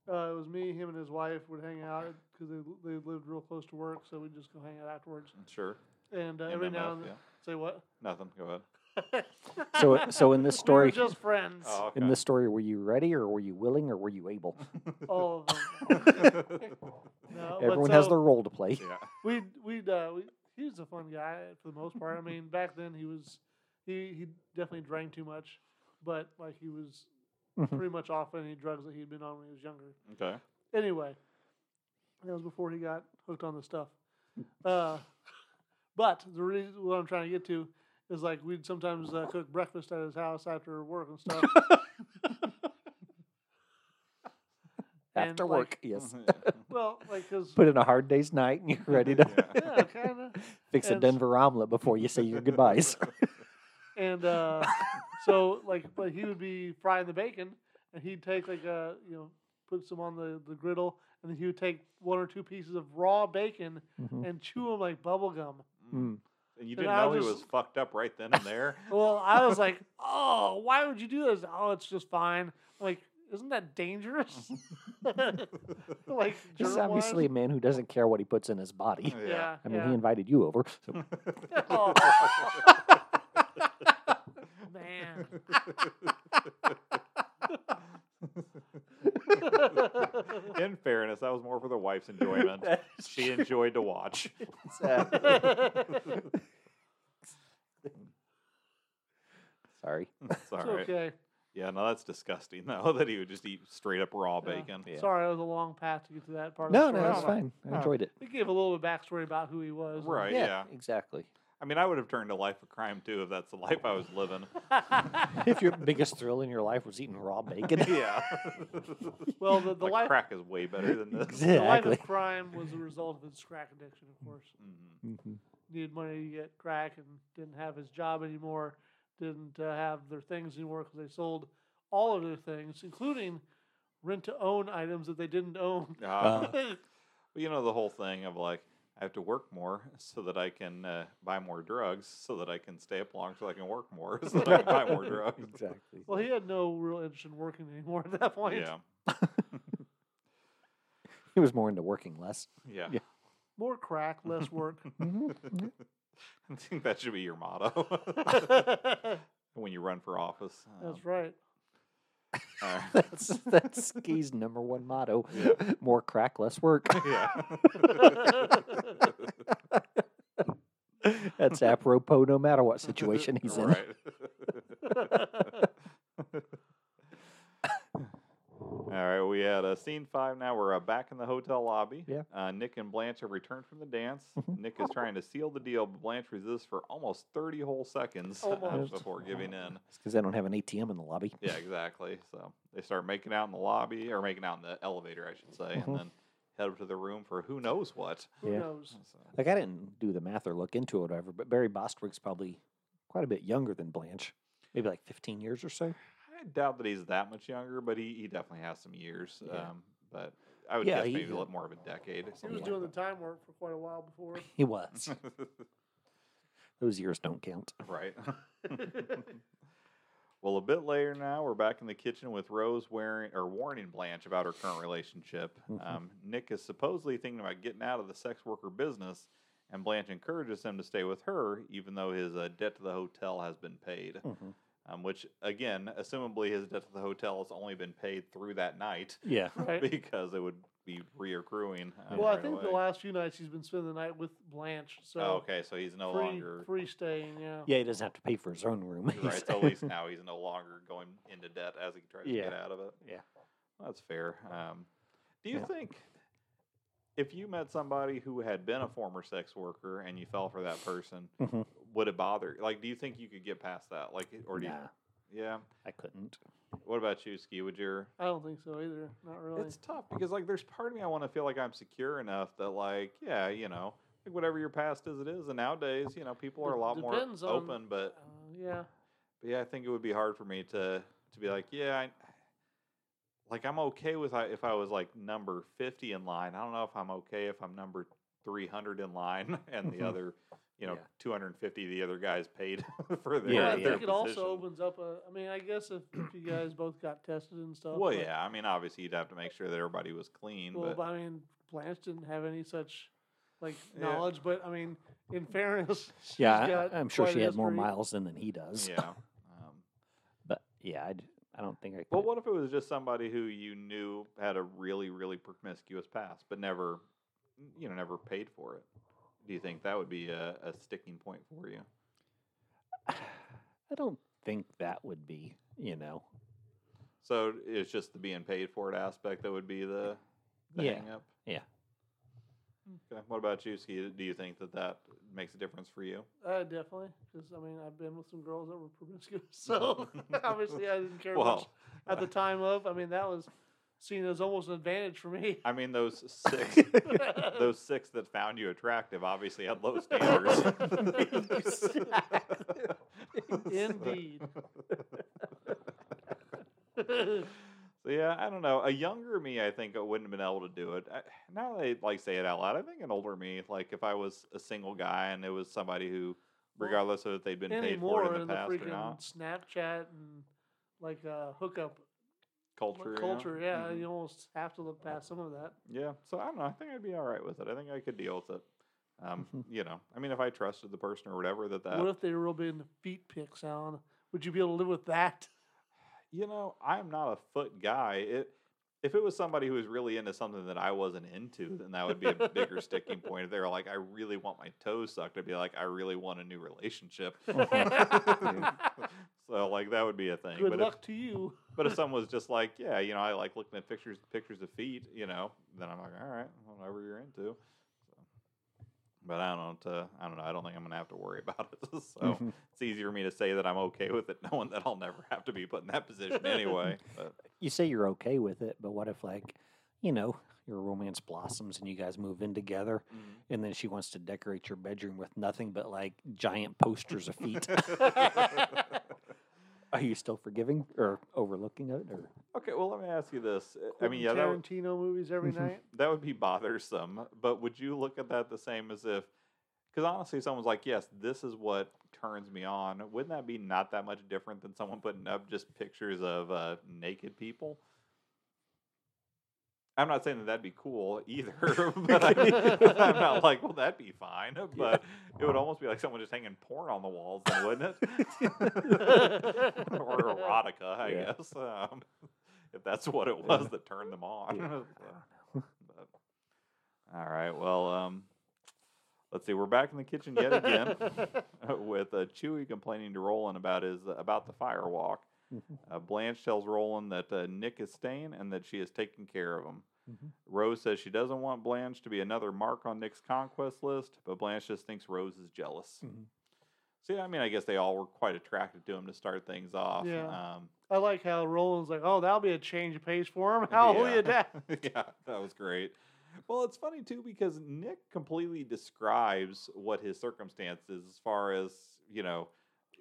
Uh, it was me, him, and his wife would hang out because they, they lived real close to work, so we'd just go hang out afterwards. Sure. And uh, every MMF, now and then, yeah. say what? Nothing. Go ahead. So so in (laughs) this we story, were just friends. Oh, in this story, were you ready or were you willing or were you able? All of them. okay. No, (laughs) but Everyone has so- their role to play. (laughs) yeah. we'd we'd uh, we, he was a fun guy for the most part. I mean, back then he was he he definitely drank too much, but like he was Mhm. pretty much off any drugs that he'd been on when he was younger. Okay. Anyway, that was before he got hooked on the stuff. Uh, (laughs) but the reason what I'm trying to get to is like we'd sometimes uh, cook breakfast at his house after work and stuff. And, After like, Mm-hmm. (laughs) work, yes. well, like because Put in a hard day's night and you're (laughs) ready to yeah, kind of. fix a And- Denver omelet before you say your (laughs) goodbyes. (laughs) and uh, so like but he would be frying the bacon and he'd take like uh you know put some on the, the griddle and then he would take one or two pieces of raw bacon Mhm. and chew them like bubble gum Mm. Mm. And you And didn't I know he just- was fucked up right then and (laughs) there. well i was like oh why would you do this oh it's just fine like isn't that dangerous (laughs) like This is germ-wise? obviously a man who doesn't care what he puts in his body. yeah, I mean, he invited you over. So (laughs) (laughs) yeah. Oh, man (laughs) In fairness, that was more for the wife's enjoyment. she enjoyed (laughs) to watch. (laughs) Exactly. Sorry. It's all it's right. okay Yeah, no, that's disgusting though (laughs) that he would just eat straight up raw Yeah. bacon. Sorry, it was a long path to get to that part. No, of the no, story. it's fine. I No. enjoyed it. We gave a little bit of backstory about who he was. and- Right, yeah. exactly. I mean, I would have turned to life of crime too if that's the life I was living. (laughs) If your biggest thrill in your life was eating raw bacon, (laughs) yeah. (laughs) Well, the, the like life crack is way better than (laughs) this. the life exactly. of crime was a result of his crack addiction, of course. Mhm. Mhm. Needed money to get crack and didn't have his job anymore. Didn't uh, have their things anymore because they sold all of their things, including rent to own items that they didn't own. (laughs) Uh, Uh, Well, you know the whole thing of like I have to work more so that I can uh, buy more drugs, so that I can stay up longer, so I can work more, (laughs) so that I can buy (laughs) more drugs. (laughs) Exactly. well, he had no real interest in working anymore (laughs) at that point. Yeah, He was more into working less. yeah. Yeah. More crack, (laughs) less work. I think that should be your motto when you run for office. Um, That's right. (laughs) all right. (laughs) That's that's Ski's number one motto. (laughs) More crack, less work. Yeah. That's apropos no matter what situation he's in. right. All right, we had uh, scene five. Now we're uh, back in the hotel lobby. Yeah. Uh, Nick and Blanche have returned from the dance. Mhm. Nick is trying to seal the deal, but Blanche resists for almost 30 whole seconds uh, Almost. before giving in. because I don't have an ATM in the lobby. Yeah, exactly. So they start making out in the lobby, or making out in the elevator, I should say, Mhm. and then head up to their room for who knows what. Who Yeah. knows? So, Like I didn't do the math or look into it or whatever, but Barry Bostwick's probably quite a bit younger than Blanche. Maybe like 15 years or so. I doubt that he's that much younger, but he, he definitely has some years. Yeah. Um, but I would Yeah, guess he- maybe a little more of a decade. He was Yeah. doing the time work for quite a while (laughs) before. He (laughs) was. doing Those years don't count. right. (laughs) well, a bit later now, we're back in the kitchen with Rose wearing or warning Blanche about her current relationship. Mhm. Um, Nick is supposedly thinking about getting out of the sex worker business, and Blanche encourages him to stay with her, even though his uh, debt to the hotel has been paid. Mm-hmm. Mhm. Um, which, again, assumably his debt to the hotel has only been paid through that night. Yeah. Right. (laughs) because it would be reaccruing. um, Well, I right think the away. last few nights he's been spending the night with Blanche, so Oh, okay, so he's no free, longer free staying. Yeah. Yeah, he doesn't have to pay for his own (laughs) room. You're (laughs) right. So at (laughs) least now he's no longer going into debt as he tries Yeah. to get out of it. Yeah. that's fair. Um, do you Yeah. think if you met somebody who had been a former sex worker and you fell for that person, Mm-hmm. Mhm. would it bother? Like, do you think you could get past that? Like, or do Nah, you? Yeah. I couldn't. What about you, Ski? Would your I don't think so either. Not really. It's tough because like there's part of me I want to feel like I'm secure enough that like yeah you know like whatever your past is it is and nowadays you know people are a Dep- lot more depends on- open but, uh, yeah. but yeah I think it would be hard for me to to be like yeah I, like I'm okay with I, if I was like number 50 in line I don't know if I'm okay if I'm number 300 in line (laughs) and the Mhm. other you know Yeah. 250 the other guys paid (laughs) for their, Yeah, Well, I their think it position. also opens up a. I mean, I guess if, if you guys both got tested and stuff. well uh, but- yeah I mean obviously you'd have to make sure that everybody was clean Well, but but, I mean, Blanche didn't have any such like Yeah. knowledge, but I mean, in fairness, (laughs) she's Yeah, I, got I'm sure quite she a had more history. miles than, than he does. (laughs) yeah. Um, But yeah, I'd, I don't think I could. Well, what if it was just somebody who you knew had a really, really promiscuous past, but never, you know, never paid for it? Do you think that would be a, a sticking point for you? (sighs) I don't think that would be, you know. So it's just the being paid for it aspect that would be the, the Yeah. hang up? Yeah. Okay. What about you, Ski? Do you think that that makes a difference for you? Uh, definitely, because I mean, I've been with some girls that were promiscuous, (laughs) so obviously I didn't care much Well, at the time of. I mean, that was seen as almost an advantage for (laughs) me. (laughs) I mean, those (laughs) six. Those six that found you attractive obviously had low (laughs) standards. (laughs) (laughs) Indeed. (laughs) So yeah, I don't know. A younger me, I think, I wouldn't have been able to do it. I, now that I like say it out loud, I think an older me, like if I was a single guy and it was somebody who, Well, regardless of if they'd been paid for Anymore it in in the the past or freaking not, Snapchat and like uh, hookup culture, you know? culture, yeah, Mhm. you almost have to look past some of that. yeah. So I don't know. I think I'd be all right with it. I think I could deal with it. (laughs) Um, Mhm. you know, I mean, if I trusted the person or whatever, that that What if they were real big into feet pics, Alan? Would you be able to live with (laughs) that? you know, I'm not a foot guy. It if it was somebody who was really into something that I wasn't into, then that would be a bigger sticking point. If they were like, I really want my toes sucked, I'd be like, I really want a (laughs) new relationship. so like that would be a thing. Good but luck to you. if but if someone was just like, Yeah, you know, I like looking at pictures pictures of feet, you know, then I'm like, All right, whatever you're into. So, but I don't uh, I don't know, I don't think I'm gonna have to worry (laughs) about it. so Mm-hmm. Oh. Mhm. it's easier for me to say that I'm okay with it, knowing that I'll never have to be put in that position anyway. But (laughs) you say you're okay with it, but what if, like, you know, your romance blossoms and you guys move in together, and then she wants to decorate your bedroom with nothing but like giant posters of (laughs) feet? Mm-hmm. Are you still forgiving or overlooking it? Or okay, well, let me ask you this. Uh, I mean, yeah, that, Mm-hmm. Quentin would- Tarantino movies every Mhm. night. that would be bothersome, but would you look at that the same as if, because honestly, someone's like, yes, this is what turns me on. Wouldn't that be not that much different than someone putting up just pictures of uh, naked people? I'm not saying that that'd be cool either, (laughs) but I mean, I'm not like, well, that'd be fine. But it would almost be like someone just hanging porn on the walls, then, wouldn't (laughs) it? (laughs) or erotica, I Yeah. guess, um, (laughs) if that's what it was that turned them on. Yeah. (laughs) So, but- all right, well, um, let's see. We're back in the kitchen yet again (laughs) (laughs) with uh, Chewy complaining to Roland about his uh, about the fire walk. (laughs) Mhm. Uh, Blanche tells Roland that uh, Nick is staying and that she is taking care of him. Mhm. Rose says she doesn't want Blanche to be another mark on Nick's conquest list, but Blanche just thinks Rose is jealous. Mhm. See, I mean, I guess they all were quite attracted to him to start things off. Yeah. Um, (laughs) I like (laughs) how Roland's like, oh, that'll be a change of pace for him. How will Yeah. you adapt? yeah, that was great. Well, it's funny too because Nick completely describes what his circumstance is as far as you know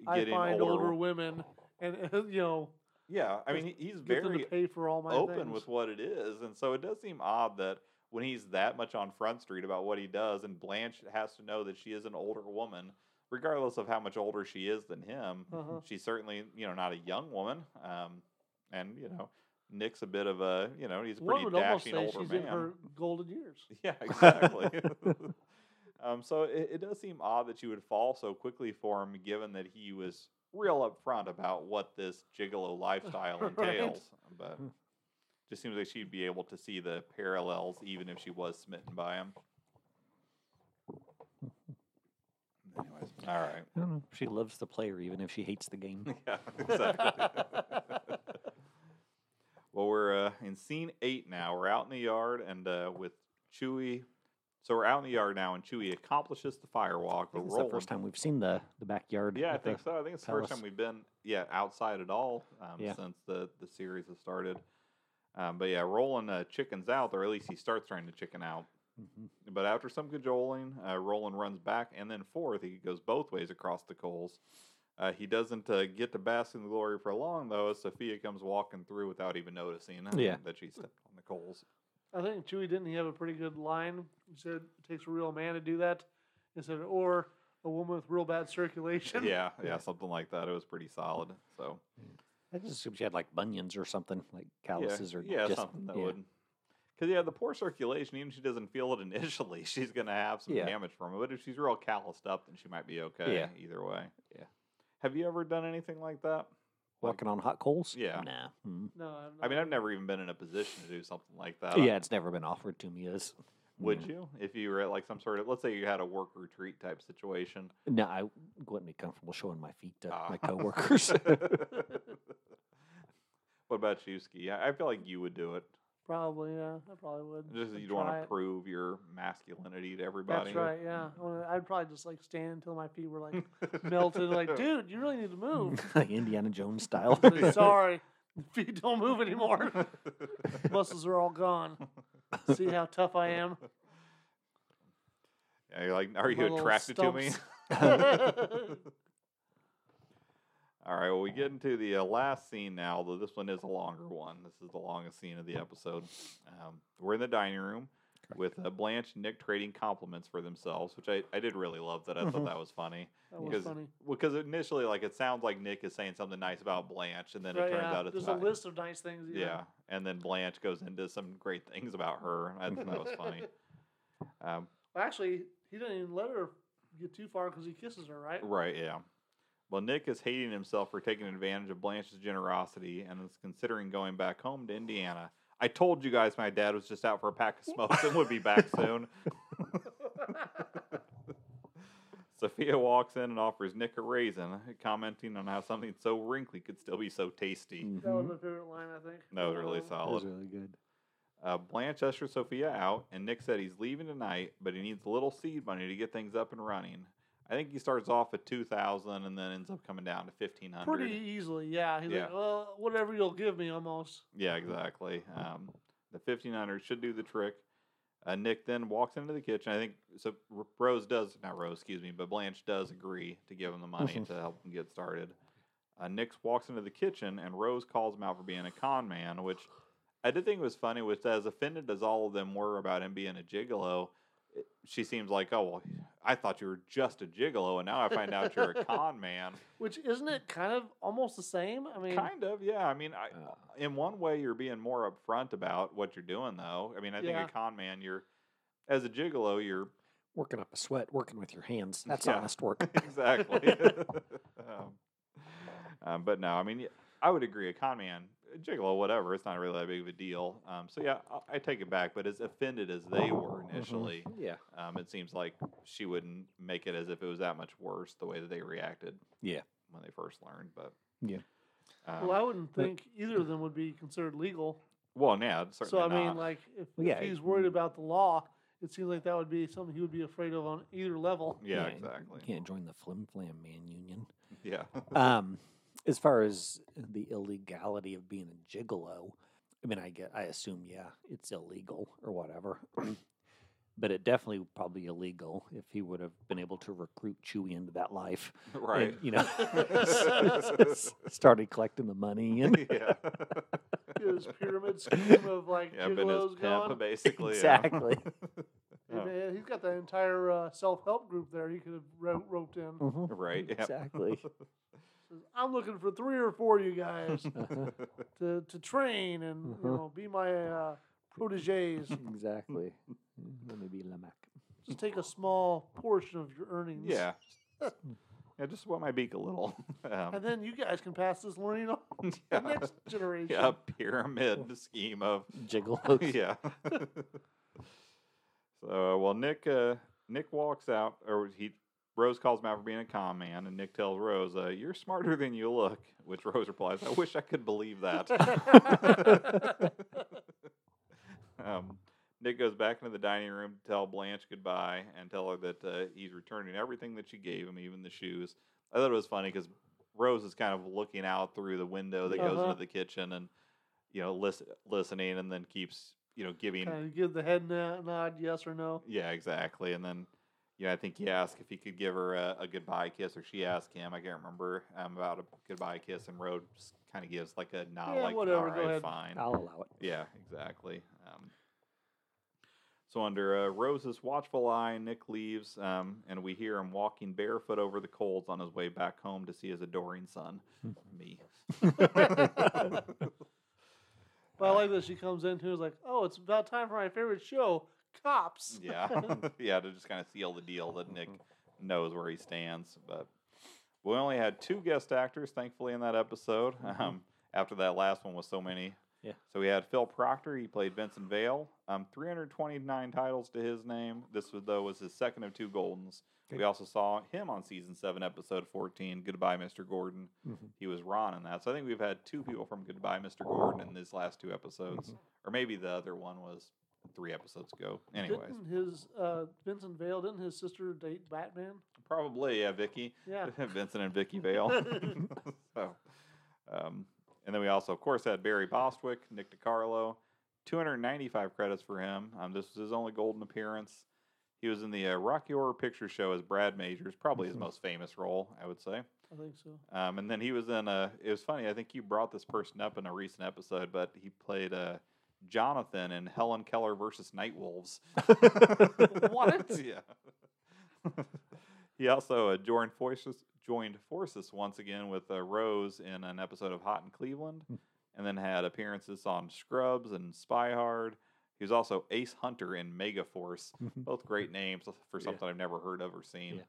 I getting find older. older women, and (laughs) you know, yeah, I just mean he- he's get them to very pay for all my open things. with what it is, and so it does seem odd that when he's that much on Front Street about what he does, and Blanche has to know that she is an older woman, regardless of how much older she is than him. Uh-huh. She's certainly you know not a young woman, um, and you know Nick's a bit of a you know he's a One pretty would almost dashing say older she's man. in her golden years. (laughs) Yeah, exactly. (laughs) um, so it, it does seem odd that you would fall so quickly for him, given that he was real upfront about what this gigolo lifestyle (laughs) Right. entails. But just seems like she'd be able to see the parallels, even if she was smitten by him. Anyways, all right. I don't know. She loves the player even if she hates (laughs) the game. Yeah, exactly. well, we're uh, in scene eight now. We're out in the yard, and uh, with Chewy. So we're out in the yard now, and Chewy accomplishes the firewalk. I But think it's the first time we've seen the, the backyard. Yeah, I with the- think so. I think it's the first palace. time we've been yeah outside at all um, Yeah. since the the series has started. Um, but yeah, Roland uh, chickens out, or at least he starts trying to chicken out. Mhm. But after some cajoling, uh, Roland runs back and then forth. He goes both ways across the coals. Uh, he doesn't uh, get to bask in the glory for long, though, as Sophia comes walking through without even noticing uh, Yeah. that she stepped on the coals. I think Chewy didn't he have a pretty good line. He said it takes a real man to do that. He said, or a woman with real bad circulation. yeah, yeah, something like that. It was pretty solid. So I just assumed she had like bunions or something, like calluses yeah, or yeah, just, something that yeah. would. Because yeah, the poor circulation. Even if she doesn't feel it (laughs) initially, she's gonna have some Yeah. damage from it. But if she's real calloused up, then she might be okay. Yeah. Either way. Yeah. Have you ever done anything like that? Walking on hot coals? Yeah. Nah. Mm. (laughs) No, I'm I mean, not. I've never even been in a position to do something like that. Yeah, it's never been offered to me as. Uh, mm. Would Yeah. you, if you were at like some sort of, let's say you had a work retreat type situation? No, I wouldn't be comfortable showing my feet to (laughs) Ah. my coworkers. (laughs) what about you, Ski? I I feel like you would do it. probably yeah. I probably would. Just that I'd you'd want try to it. prove your masculinity to everybody. That's right. Yeah, I wanna- I'd probably just like stand until my feet were like melted. (laughs) Like, dude, you really need to move. like Indiana Jones style. Say, Sorry, feet don't move (laughs) anymore. Muscles are all gone. See how tough I (laughs) am. (laughs) Yeah, you're like, are My you little attracted to me? stumps. (laughs) All right, well, we get into the uh, last scene now, though this one is a longer one. This is the longest scene of the episode. Um, we're in the dining room with uh, Blanche and Nick trading compliments for themselves, which I, I did really love that. I thought Mhm. Mm-hmm. that was funny. That was Because- funny. Because initially, like, it sounds like Nick is saying something nice about Blanche, and then it Right, turns yeah. out it's There's not. a list of nice things. Yeah. and then Blanche goes into some great things about her. I thought that was (laughs) funny. Um, Well, actually, he didn't even let her get too far because he kisses her, right? Right, yeah. Well, Nick is hating himself for taking advantage of Blanche's generosity and is considering going back home to Indiana. I told you guys my dad was just out for (laughs) a pack of smokes and would be back soon. Sophia walks in and offers Nick a raisin, commenting on how something so wrinkly could still be so tasty. (laughs) That was Mhm. my favorite line, I think. Mm-hmm. That was really Um, That was solid. really good. Uh, Blanche ushers Sophia out, and Nick said he's leaving tonight, but he needs a little seed money to get things up and running. I think he starts off at two thousand and then ends up coming down to fifteen hundred. Um, Pretty easily, yeah. He's Yeah. like, well, whatever you'll give me, almost. Yeah, exactly. Um, the 1500 should do the trick. Uh, Nick then walks into the kitchen. I think so. R- Rose does not Rose, excuse me, but Blanche does agree to give him the money Mm-hmm. Mhm. to help him get started. Uh, Nick walks into the kitchen and Rose calls him out for being a con man, which I did think was funny. Was as offended as all of them were about him being a gigolo, it, she seems like, oh well, I thought you were just a gigolo, and now I find out you're (laughs) a con man. Which isn't it kind of almost the same? I mean, Kind of, yeah. I mean, I, Uh, in one way you're being more upfront about what you're doing though i mean i think Yeah. a con man you're as a gigolo (laughs) you're (laughs) working up a sweat, working with your hands. That's Yeah. honest (laughs) work. exactly (laughs) um, um, but no i mean y- i would agree a con man a gigolo whatever it's not really that big of a deal um, so yeah I, I take it back but as offended as they were Mm-hmm. initially yeah. um, it seems like she wouldn't make it as if it was that much worse the way that they reacted Yeah. when they first learned but Yeah. um, well, I wouldn't but- think either of them would be considered legal. well yeah it's certainly So, I mean, not. like, if, Well, yeah, if he's it- worried about the law, it seems like that would be something he would be afraid of on either level. yeah, Yeah, exactly Can't join the Flim Flam Man Union. yeah (laughs) um, as far as the illegality of being a gigolo, I mean, I get, I assume, yeah, it's illegal or whatever. (clears throat) but it definitely would probably be illegal if he would have been able to recruit Chewie into that life. right. And, you (laughs) know, (laughs) s- started collecting the money and (laughs) (laughs) yeah. His (laughs) pyramid scheme of like yeah, been his gigolos pimp, going. (laughs) basically. exactly. Hey, Yeah. yeah. man, he's got the entire uh, self-help group there. He could have ro- roped in. Mhm. Right. Yeah. (laughs) Exactly. Says, I'm looking for three or four of you guys (laughs) Uh-huh. to, to train and you Uh-huh. know be my uh, proteges. exactly. Mm, Let me be (laughs) Lamac. Just take a small portion of your earnings. Yeah. Yeah, just wet my beak a little. (laughs) Um, And then you guys can pass this learning on to yeah. (laughs) the next Oh. generation. yeah, (laughs) pyramid scheme of (laughs) Jiggle. yeah. (laughs) so well, Nick uh, Nick walks out, or he Rose calls him out for being a con man, and Nick tells Rose, uh, "You're smarter than you look." Which Rose replies, "I wish I could believe that." (laughs) um, Nick goes back into the dining room to tell Blanche goodbye and tell her that uh, he's returning everything that she gave him, even the shoes. I thought it was funny because Rose is kind of looking out through the window that goes Uh-huh. into the kitchen and you know listen, listening, and then keeps you know giving Kind of give the head na- nod, yes or no. yeah, exactly. And then, you know, I think he asked if he could give her a, a goodbye kiss, or she asked him. I can't remember um, about a goodbye kiss, and Road just kind of gives like a nod, Yeah, like whatever, all go right, ahead." fine. I'll allow it. Yeah, exactly. Um, so under uh, Rose's watchful eye, Nick leaves, um, and we hear him walking barefoot over the coals on his way back home to see his adoring son, me. But I like that she comes in too. Is like, oh, it's about time for my favorite show, Cops. (laughs) Yeah, yeah, to just kind of seal the deal that (laughs) Nick knows where he stands. But we only had two guest actors, thankfully, in that episode. Um, after that last one was so many. Mm-hmm. Yeah. So we had Phil Proctor. He played Vincent Vale. Um, 329 titles to his name. This was though was his second of two Goldens. We Good. also saw him on season seven, episode 14, "Goodbye, Mr. Gordon." Mhm. He was Ron in that. So I think we've had two people from "Goodbye, Mr. Gordon" in these last two episodes, Mm-hmm. or maybe the other one was three episodes ago. Anyways. Didn't his uh, Vincent Vale? Didn't his sister date Batman? Probably, yeah, Vicky. (laughs) Yeah. Vincent and Vicky Vale. (laughs) so, um, and then we also, of course, had Barry Bostwick, Nick DiCarlo. 295 credits for him. Um, this was his only golden appearance. He was in the uh, Rocky Horror Picture Show as Brad Majors, probably his Mhm. most famous role, I would say. I think (laughs) so. (laughs) Um, and then he was in a. It was funny. I think you brought this person up in a recent episode, but he played uh, Jonathan in Helen Keller versus Night Wolves. (laughs) What? yeah. he also uh, joined forces joined forces once again with uh, Rose in an episode of Hot in Cleveland, Hmm. and then had appearances on Scrubs and Spy Hard. He was also Ace Hunter in Megaforce. Mhm. Both great names uh, for Yeah. something I've never heard of or seen. Yeah.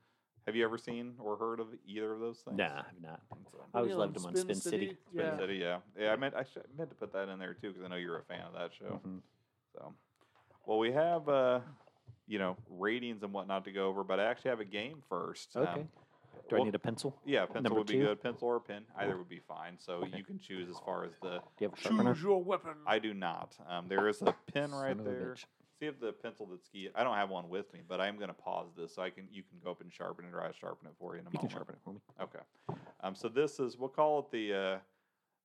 Have you ever seen or heard of either of those things? Nah, I'm not. So- I always Yeah, loved him on Spin City. Spin Yeah. City, yeah. Yeah, I meant I should, meant to put that in there too because I know you're a fan of that show. Mhm. So, well, we have uh, you know ratings and whatnot to go over, but I actually have a game first. um, Okay. Do uh, I well, need a pencil? yeah, pencil number would be two? good. Pencil or pen, either would be fine. So Okay. you can choose as far as the. Do you have a sharpener? Choose your weapon. I do not. Um, there is a pen right Son of a there. bitch. See if the pencil that's key. I don't have one with me, but I am going to pause this so I can. You can go up and sharpen it, or I sharpen it for you in a You can moment. sharpen it for me. Okay. Um, so this is we'll call it the uh,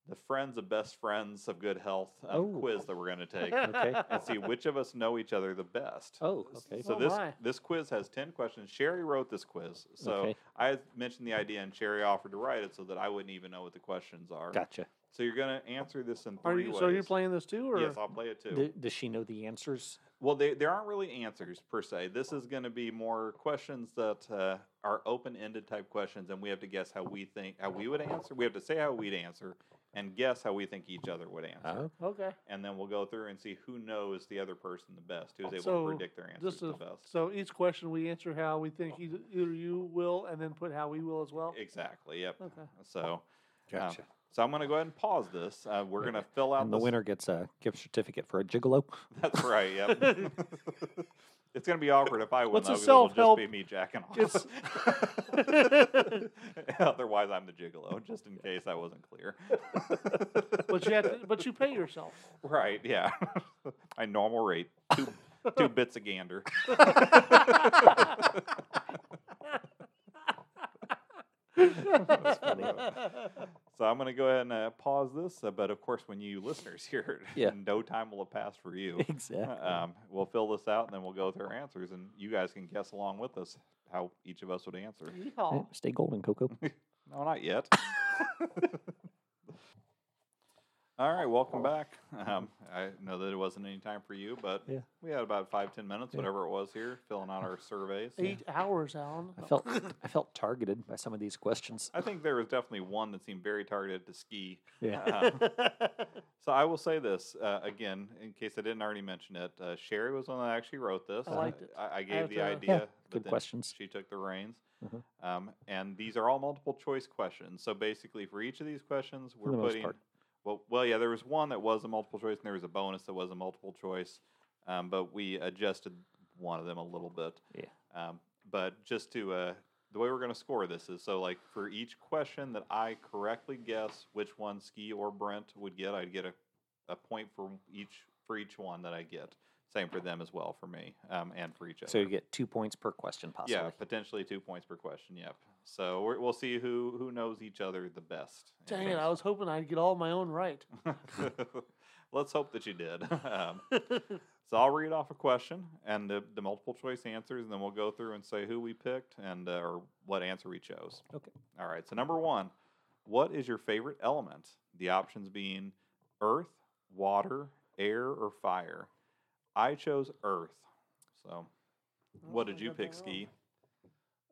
the friends of best friends of good health um, Oh. quiz that we're going to take Okay. and see which of us know each other the best. Oh, okay. So Oh this my. this quiz has ten questions. Sherry wrote this quiz, so Okay. I had mentioned the idea, and Sherry offered to write it so that I wouldn't even know what the questions are. Gotcha. So you're going to answer this in (laughs) Are three you? ways. So you're playing this too, or Yes, I'll play it too. D- does she know the answers? Well, they, there aren't really answers per se. This is going to be more questions that uh, are open-ended type questions, and we have to guess how we think how we would answer. We have to say how we'd answer and guess how we think each other would answer, Oh. okay? and then we'll go through and see who knows the other person the best, who's able So, to predict their answers Just the to, best. so each question we answer how we think either either you will, and then put how we will as well. Exactly. Yep. Okay. So, Gotcha. so I'm going to go ahead and pause this. Uh, we're (laughs) going to fill out and the this- winner gets a gift certificate for a gigolo. (laughs) (laughs) That's (laughs) right. Yep. it's going to be awkward if I win What's though, a 'cause it'll just self-help? be me jacking off. It's- (laughs) Otherwise, I'm the gigolo, just in case I wasn't clear. (laughs) But you have to, but you pay yourself. right, yeah. (laughs) My normal rate, two, two bits of gander. That's funny. So I'm going to go ahead and uh, pause this. Uh, but of course, when you listeners hear it, Yeah. (laughs) no time will have passed for you. (laughs) Exactly. Um, we'll fill this out and then we'll go with our answers, and you guys can guess along with us how each of us would answer. Yeah, eh, Stay (laughs) golden, Coco. No, not yet. (laughs) All right, welcome back. Um, I know that it wasn't any time for you, but Yeah. we had about five, ten minutes, Yeah. whatever it was here, filling out our surveys. Eight hours, Alan. I (laughs) felt I felt targeted by some of these questions. I think there was definitely one that seemed very targeted to ski. Yeah. Uh, (laughs) so I will say this uh, again, in case I didn't already mention it. Uh, Sherry was the one that actually wrote this. I and liked it. I, I gave have the to- Yeah, idea. but good then questions. She took the reins. Mhm. Um, and these are all multiple choice questions. So basically, for each of these questions, we're the most putting. part. Well, well, yeah, there was one that was a multiple choice, and there was a bonus that was a multiple choice, um, but we adjusted one of them a little bit. Yeah. Um, but just to uh, the way we're going to score this is so like for each question that I correctly guess which one Ski or Brent would get, I'd get a, a point for each for each one that I get. Same for them as well for me, um, and for each other. So you get two points per question, possibly. yeah, potentially two points per question. Yep. So we're, we'll see who who knows each other the best. in Dang it, terms- I was hoping I'd get all my own right. (laughs) Let's hope that you did. Um, so I'll read off a question and the, the multiple choice answers, and then we'll go through and say who we picked and uh, or what answer we chose. Okay. All right. So number one, what is your favorite element? The options being earth, water, air, or fire. I chose earth. So what Oh, did you pick, Ski?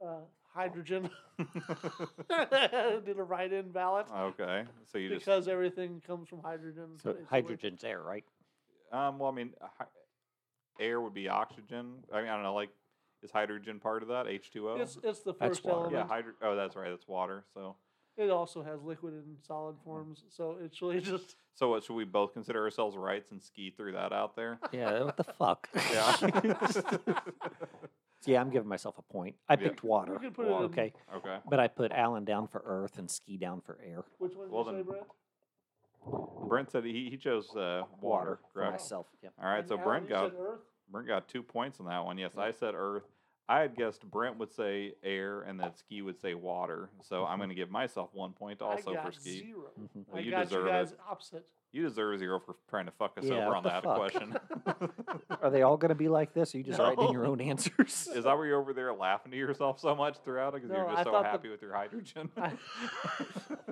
Uh, hydrogen. (laughs) (laughs) Did a write-in ballot Okay. So Oh, you just because everything comes from hydrogen. So it's a way- hydrogen's air, (laughs) right? Um, well, I mean, hy- air would be oxygen. I mean, I don't know. Like, is hydrogen part of that? H two O. It's it's the That's first water. element. Yeah, hydro. Oh, that's right. That's water. So, It also has liquid and solid forms, so it's really (laughs) just so what should we both consider ourselves rights and ski through that (laughs) out there? Yeah. What the fuck? Yeah. (laughs) (laughs) yeah, I'm giving myself a point. I Yeah. picked water. We can put it in- okay. okay. But I put Alan down for earth and ski down for air. which one did Well you say, then, Brett? Brent said he, he chose uh, water. for correct? myself. Yep. All right. And So Alan, Brent you got said Earth? Brent got two points on that one. Yes, I said earth. I had guessed Brent would say air and that ski would say water. So (laughs) I'm going to give myself one point I also for got ski. Zero. Mhm. Well, I you got deserve you it. guys (laughs) opposite. (laughs) You deserve zero for trying to fuck us Yeah, over what on the that fuck? question. Are they all going to be like this? Or you just writing in your No. own answers? Is that where you're over there laughing to yourself so much throughout it because No, you're I just so thought the- happy with your hydrogen? I-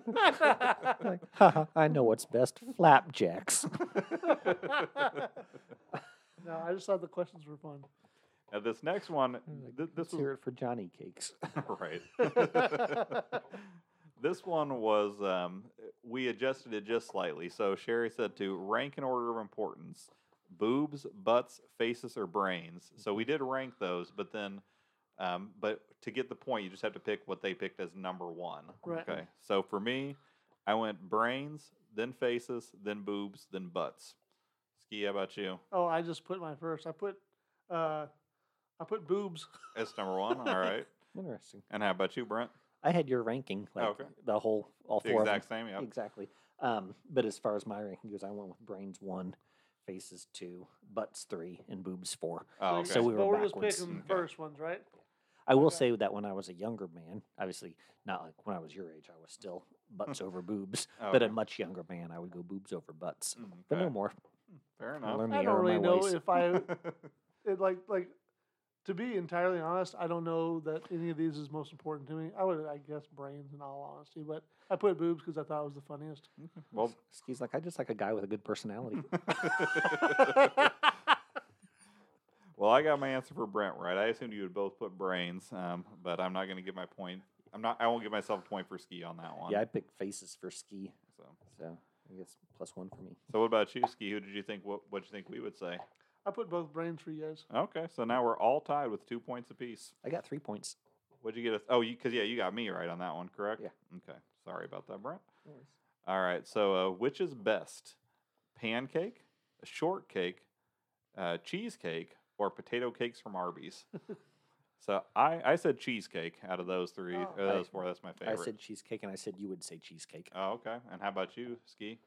(laughs) Like, "Haha, I know what's best. (laughs) Flapjacks. no, I just thought the questions were fun. (laughs) now, this next one, th- Let's this hear was it for Johnny Cakes. right. this one was um, we adjusted it just slightly. So Sherry said to rank in order of importance: boobs, butts, faces, or brains. So we did rank those, but then. Um, but to get the point, you just have to pick what they picked as number one. Right. Okay. So for me, I went brains, then faces, then boobs, then butts. Ski, how about you? Oh, I just put my first. I put, uh, I put boobs. That's number one. All right. Interesting. And how about you, Brent? I had your ranking, like Oh, Okay. the whole, all The four of them. exact same. Yep. Exactly. Um, but as far as my ranking goes, I went with brains one, faces two, butts three, and boobs four. Oh, okay. you- So we but were we're just backwards. picking the Okay. first ones, right? I will Okay. say that when I was a younger man, obviously not like when I was your age, I was still (laughs) butts over boobs. But a Oh, Okay. much younger man, I would go boobs over butts. Mm, But no okay. more. Fair I enough. learned the I don't error really of my know ways. if I, it, like, like, to be entirely honest, I don't know that any of these is most important to me. I would, I guess, brains in all honesty, but I put boobs because I thought it was the funniest. (laughs) (laughs) Well, He's like, I just like a guy with a (laughs) good personality. well, I got my answer for Brent right. I assumed you would both put brains, um, but I'm not going to give my point. I'm not. I won't give myself a point for ski on that one. yeah, I picked faces for ski, So, so I guess plus one for me. so what about you, Ski? Who did you think? What What you think we would say? I put both brains for you guys. Okay, so now we're all tied with two points apiece. I got three points. What'd you get? us- oh, you because yeah, you got me right on that one, correct? Yeah. Okay. Sorry about that, Brent. All right. So, uh, which is best, pancake, shortcake, uh, cheesecake, or potato cakes from Arby's? so I, I said cheesecake out of those three, Oh. or those four. That's my I favorite. said cheesecake, and I said you would say cheesecake, oh, okay. And how about you, Ski?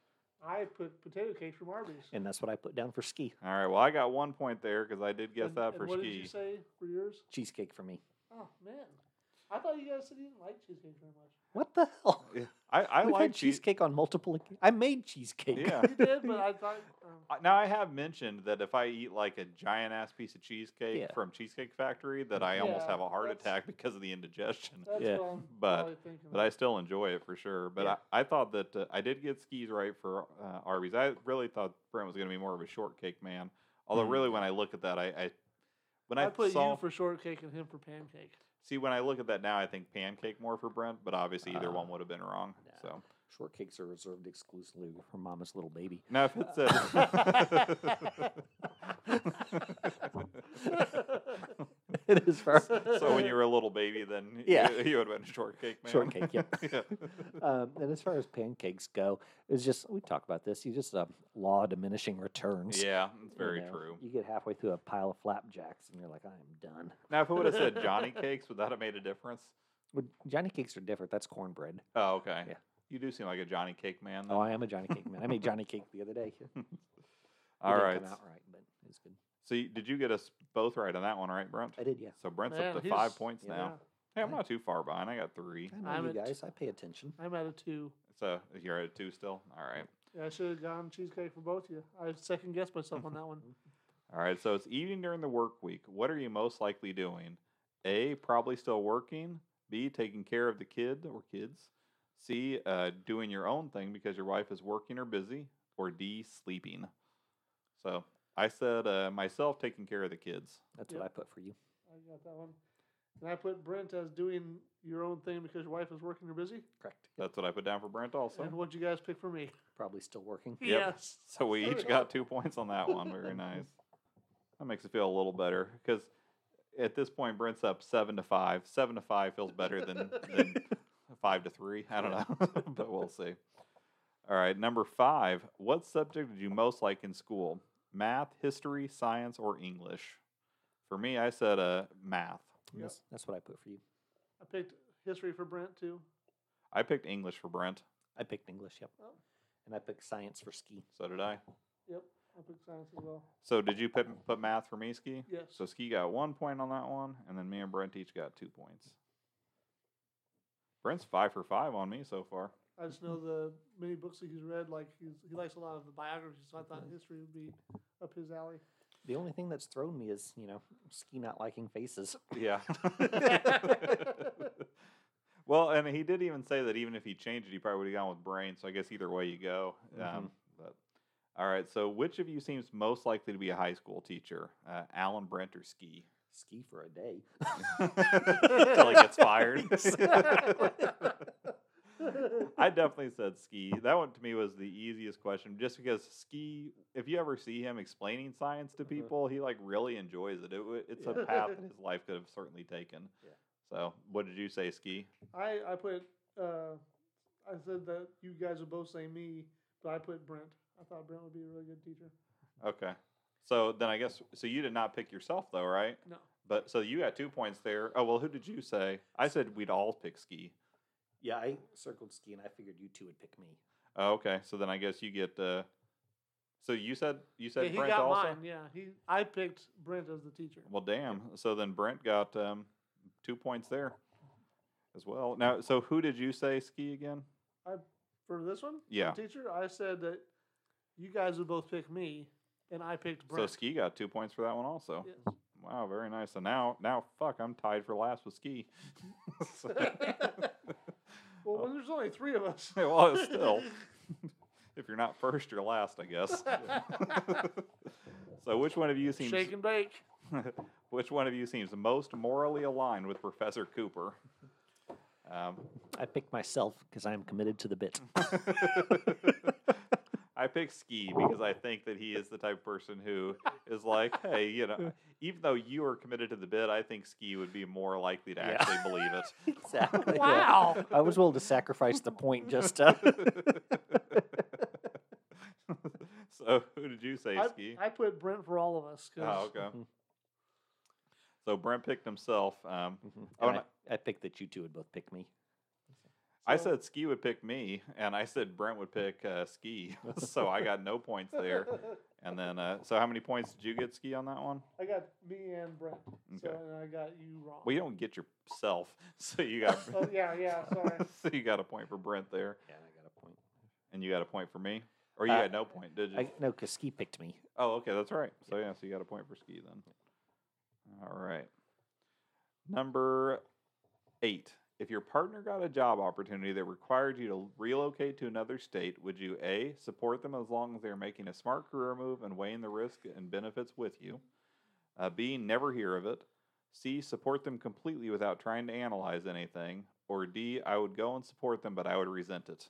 I put potato cakes from Arby's. and that's what I put down for ski. All right. Well, I got one point there because I did guess And- that and for what Ski. did you say for yours? Cheesecake for me. Oh man, I thought you guys said you didn't like cheesecake very much. What the hell? Yeah, I, I We've like had cheese. cheesecake on multiple. oc- I made cheesecake. Yeah. You did, but I (laughs) thought. Um, I- Now I have mentioned that if I eat like a giant ass piece of cheesecake Yeah. from Cheesecake Factory, that I almost Yeah, have a heart that's- attack (laughs) because of the indigestion. that's Yeah. what I'm But- probably thinking. But I still enjoy it for sure. But Yeah. I, I thought that uh, I did get skis right for uh, Arby's. I really thought Brent was going to be more of a shortcake man. Although, Mm. really, when I look at that, I, I when I, I, put saw you for shortcake and him for pancake. see when I look at that now, I think pancake more for Brent. But obviously, either Ah. one would have been wrong. Nah. So (laughs) Shortcakes are reserved exclusively for Mama's little baby. (laughs) now if it's a it is for (laughs) (laughs) (laughs) so when you were a little baby, then Yeah. you, you would have been a shortcake man. Shortcake, yeah. (laughs) yeah. um, and as far as pancakes go, it's just we talk about this. You just uh, law of diminishing returns. Yeah, it's you very know. true. You get halfway through a pile of flapjacks, and you're like, I am done. Now, if it would have said Johnny Cakes, would that have made a difference? Well, Johnny cakes are different. That's cornbread. Oh, okay. Yeah. You do seem like a Johnny Cake man. Though. Oh, I am a Johnny cake man. (laughs) I made Johnny cake the other day. It All didn't right. come out right, but it's good. So you, did you get us both right on that one, right, Brent? I did, yeah. So Brent's Man, up to he's- five points yeah. now. Hey, I'm Yeah. not too far behind. I got three. I know I'm you at- guys. I pay attention. I'm at a two. So you're at a two still. All right. Yeah, I should have gone cheesecake for both of you. I second guessed myself on that one. All right. So it's eating during the work week. What are you most likely doing? A. Probably still working. B. Taking care of the kid or kids. C. Uh, doing your own thing because your wife is working or busy. Or D. Sleeping. So I said uh, myself taking care of the kids. That's Yep. what I put for you. I got that one. And I put Brent as doing your own thing because your wife is working or busy. Correct. That's what I put down for Brent also. And what'd you guys pick for me? Probably still working. (laughs) Yep. Yes. (laughs) So we There each we got two points on that one. Very nice. That makes it feel a little better because at this point Brent's up seven to five. Seven to five feels better than, than five to three. I don't know, (laughs) but we'll see. All right, number five. What subject did you most like in school? Math, history, science, or English? For me, I said uh, math. And That's, that's what I put for you. I picked history for Brent too. I picked English for Brent. I picked English, yep. Oh. And I picked science for ski. So did I. Yep. I picked science as well. So did you put, put math for me, Ski? Yes. So Ski got one point on that one, and then me and Brent each got two points. Brent's five for five on me so far. I just know the many books that he's read. Like he's, he likes a lot of the biographies, so I thought history would be up his alley. (laughs) The only thing that's thrown me is, you know, ski not liking faces. Yeah. (laughs) well, and he did even say that even if he changed it, he probably would have gone with brain. So I guess either way you go. Um, but all right. So which of you seems most likely to be a high school teacher, uh, Alan, Brent, or Ski? Ski for a day. Until he gets fired. (laughs) I I definitely said ski. That one to me was the easiest question, just because ski. If you ever see him explaining science to Mm-hmm. Uh-huh. people, he like really enjoys it. it w- it's Yeah. a (laughs) path that his life could have certainly taken. Yeah. So, what did you say, ski? I put uh, I said that you guys would both say me, but I put Brent. I thought Brent would be a really good teacher. Okay. So then I guess so you did not pick yourself though, right? No, But so you got two points there. Oh well, who did you say? I said we'd all pick ski. Yeah, I circled ski and I figured you two would pick me. Oh, okay. So then I guess you get. Uh, so you said you said yeah, he Brent got also. mine. Yeah, he. I picked Brent as the teacher. Well, damn. So then Brent got um, two points there as well. Now, so who did you say ski again? For this one, Yeah. teacher, I said that you guys would both pick me, and I picked Brent. So ski got two points for that one also. Yes. Wow, very nice. So now, now, fuck, I'm tied for last with ski. (laughs) So- (laughs) Well, oh. when there's only three of us. Yeah, well, it's still, (laughs) if you're not first, you're last, I guess. (laughs) so which one of you seems Shake and (laughs) bake. which one of you seems most morally aligned with Professor Cooper? Um, I picked myself because I am committed to the bit. (laughs) I pick Ski because I think that he is the type of person who is like, hey, you know, even though you are committed to the bid, I think Ski would be more likely to Yeah. actually believe it. exactly. (laughs) Wow. I was willing to sacrifice the point just (laughs) to. (laughs) so who did you say, I, Ski? I put Brent for all of us. 'cause- oh, okay. Mhm. So Brent picked himself. Um, Mhm. Oh, And and I, I picked that you two would both pick me. I So- said Ski would pick me, and I said Brent would pick uh, Ski. (laughs) so I got no points (laughs) there. And then, uh, so how many points did you get, Ski, on that one? (laughs) I got me and Brent. So Okay. and I got you wrong. Well, you don't get yourself, (laughs) so you got Oh, yeah, yeah, sorry. (laughs) so you got a point for Brent there, Yeah, I got a point. and you got a point for me, or you Uh, got no point, did you? I, no, because Ski picked me. Oh, okay, that's right. So yeah, so you got a point for ski then. All right. Number eight. If your partner got a job opportunity that required you to relocate to another state, would you A, support them as long as they're making a smart career move and weighing the risk and benefits with you? Uh, B, never hear of it. C, support them completely without trying to analyze anything. Or D, I would go and support them, but I would resent it.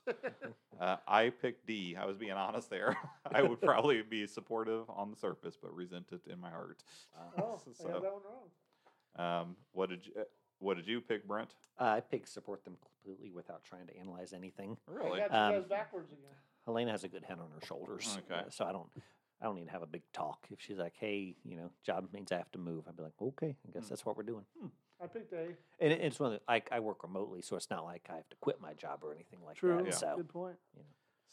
Uh, I picked D. I was being honest there. (laughs) I would probably be supportive on the surface, but resent it in my heart. Oh, I got (laughs) so, that one wrong. um, what did you, what did you pick, Brent? Uh, I picked support them completely without trying to analyze anything. Really? I got you Um, guys backwards again. Helena has a good head on her shoulders. Okay. uh, So I don't I don't even have a big talk. If she's like, hey, you know, job means I have to move, I'd be like, okay, I guess Mm. that's what we're doing. I picked A. And it- it's one of the, I, I work remotely, so it's not like I have to quit my job or anything like True. that. So Good point.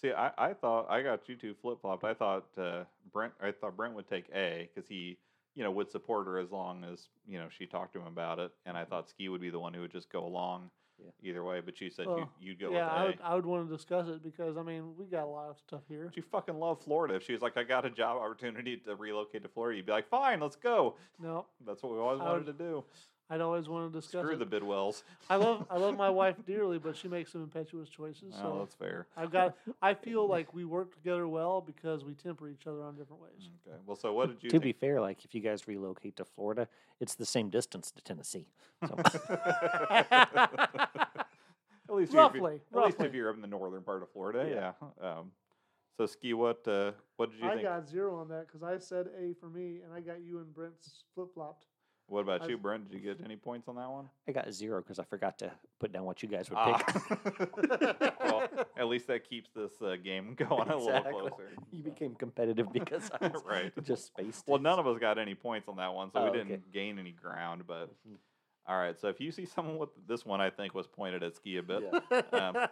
See, I, I thought I got you two flip flopped. I thought uh, Brent, I thought Brent would take A because he, you know, would support her as long as you know she talked to him about it, and I thought Ski would be the one who would just go along Yeah. either way. But you said Well, you, you'd go yeah, I with would, A. I would want to discuss it because I mean we got a lot of stuff here. But you fucking love Florida. If she was like, I got a job opportunity to relocate to Florida, you'd be like, fine, let's go. No, That's what we always I wanted to would- do. I'd always want to discuss Screw it. the Bidwells. I love I (laughs) love my wife dearly, but she makes some impetuous choices. oh, So that's fair. I've got I feel like we work together well because we temper each other on different ways. Okay. Well, so what did you? to be think? fair, like if you guys relocate to Florida, it's the same distance to Tennessee. (laughs) So Mm. At least If Roughly, you're, at least if roughly. you're up in the northern part of Florida, yeah. Um, so ski, what uh, what did you I think? got zero on that because I said A for me, and I got you and Brent's flip flopped. what about I you, was- Brent? Did you get any points on that one? I got zero because I forgot to put down what you guys would pick. Ah. (laughs) (laughs) well, at least that keeps this uh, game (laughs) going a Exactly. little closer. (laughs) You became (laughs) competitive because I was Right. just spaced. Well, none of us got any points on that one, so Oh, we okay. didn't gain any ground. (laughs) But Mhm. all right, so if you see someone with this one, I think was pointed at ski a bit. Yeah. Um,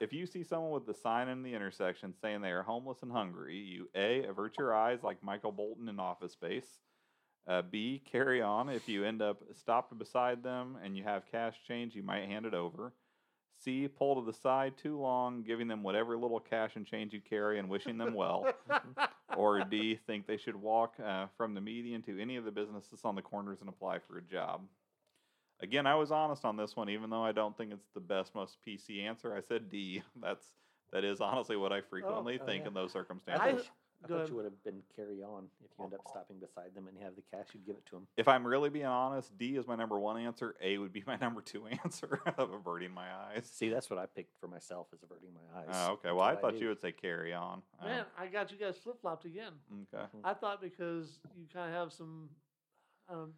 if you see someone with the sign in the intersection saying they are homeless and hungry, you A, avert your eyes like Michael Bolton in Office Space. Uh, B, carry on. If you end up stopped beside them and you have cash change, you might hand it over. C, pull to the side too long, giving them whatever little cash and change you carry and wishing them well. or D, think they should walk uh, from the median to any of the businesses on the corners and apply for a job. Again, I was honest on this one, even though I don't think it's the best, most PC answer. I said D. (laughs) That's that is honestly what I frequently oh, think yeah. in those I circumstances. thought, I- you- I go thought ahead. you would have been carry on if you end up stopping beside them and you have the cash, you'd give it to them. if I'm really being honest, D is my number one answer. A would be (laughs) my number two answer (laughs) of averting my eyes. See, that's what I picked for myself is averting my eyes. Oh, okay. Well, I what I thought do. you would say carry on. Um, Man, I got you guys flip flopped again. Okay. I thought because you kind of have some, um,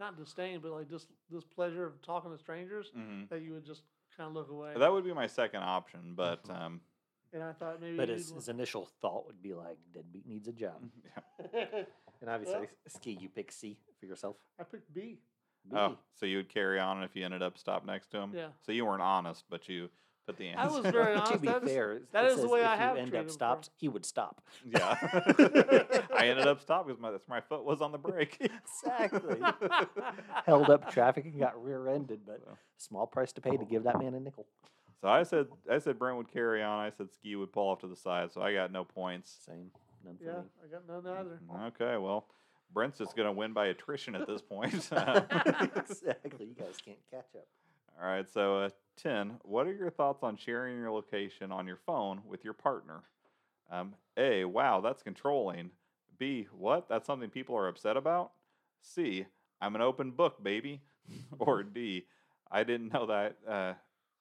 not disdain, but like just this pleasure of talking to strangers hmm that you would just kind of look away. That would be my second option, but Mhm. um, and I thought maybe. But you'd his, wa- his initial thought would be like, "Deadbeat needs a job," (laughs) (laughs) yeah. and obviously, Well- ski you pick C for yourself. (laughs) I picked B. Oh, B. so you would carry on if you ended up stopped next to him? Yeah. So you weren't honest, but you put the answer. I was (laughs) very (laughs) to honest. be that is- fair, it that is the says way if I you have end treated him up for- stopped, he would (laughs) stop. yeah. I ended up stopped because my, that's where my foot was on the brake. (laughs) Exactly. (laughs) (laughs) Held up traffic and got rear-ended, but So- small price to Oh. pay to give that man a nickel. So I said, I said Brent would carry on. I said Ski would pull off to the side. So I got no points. Mm, Same, none for Yeah, me. I got none either. Okay, well, Brent's just gonna win by attrition at (laughs) this point. Um, (laughs) exactly, you guys can't catch up. All right, so uh, 10. What are your thoughts on sharing your location on your phone with your partner? Um, A, wow, that's controlling. B, what? That's something people are upset about? C, I'm an open book, baby. (laughs) or D, I didn't know that. Uh,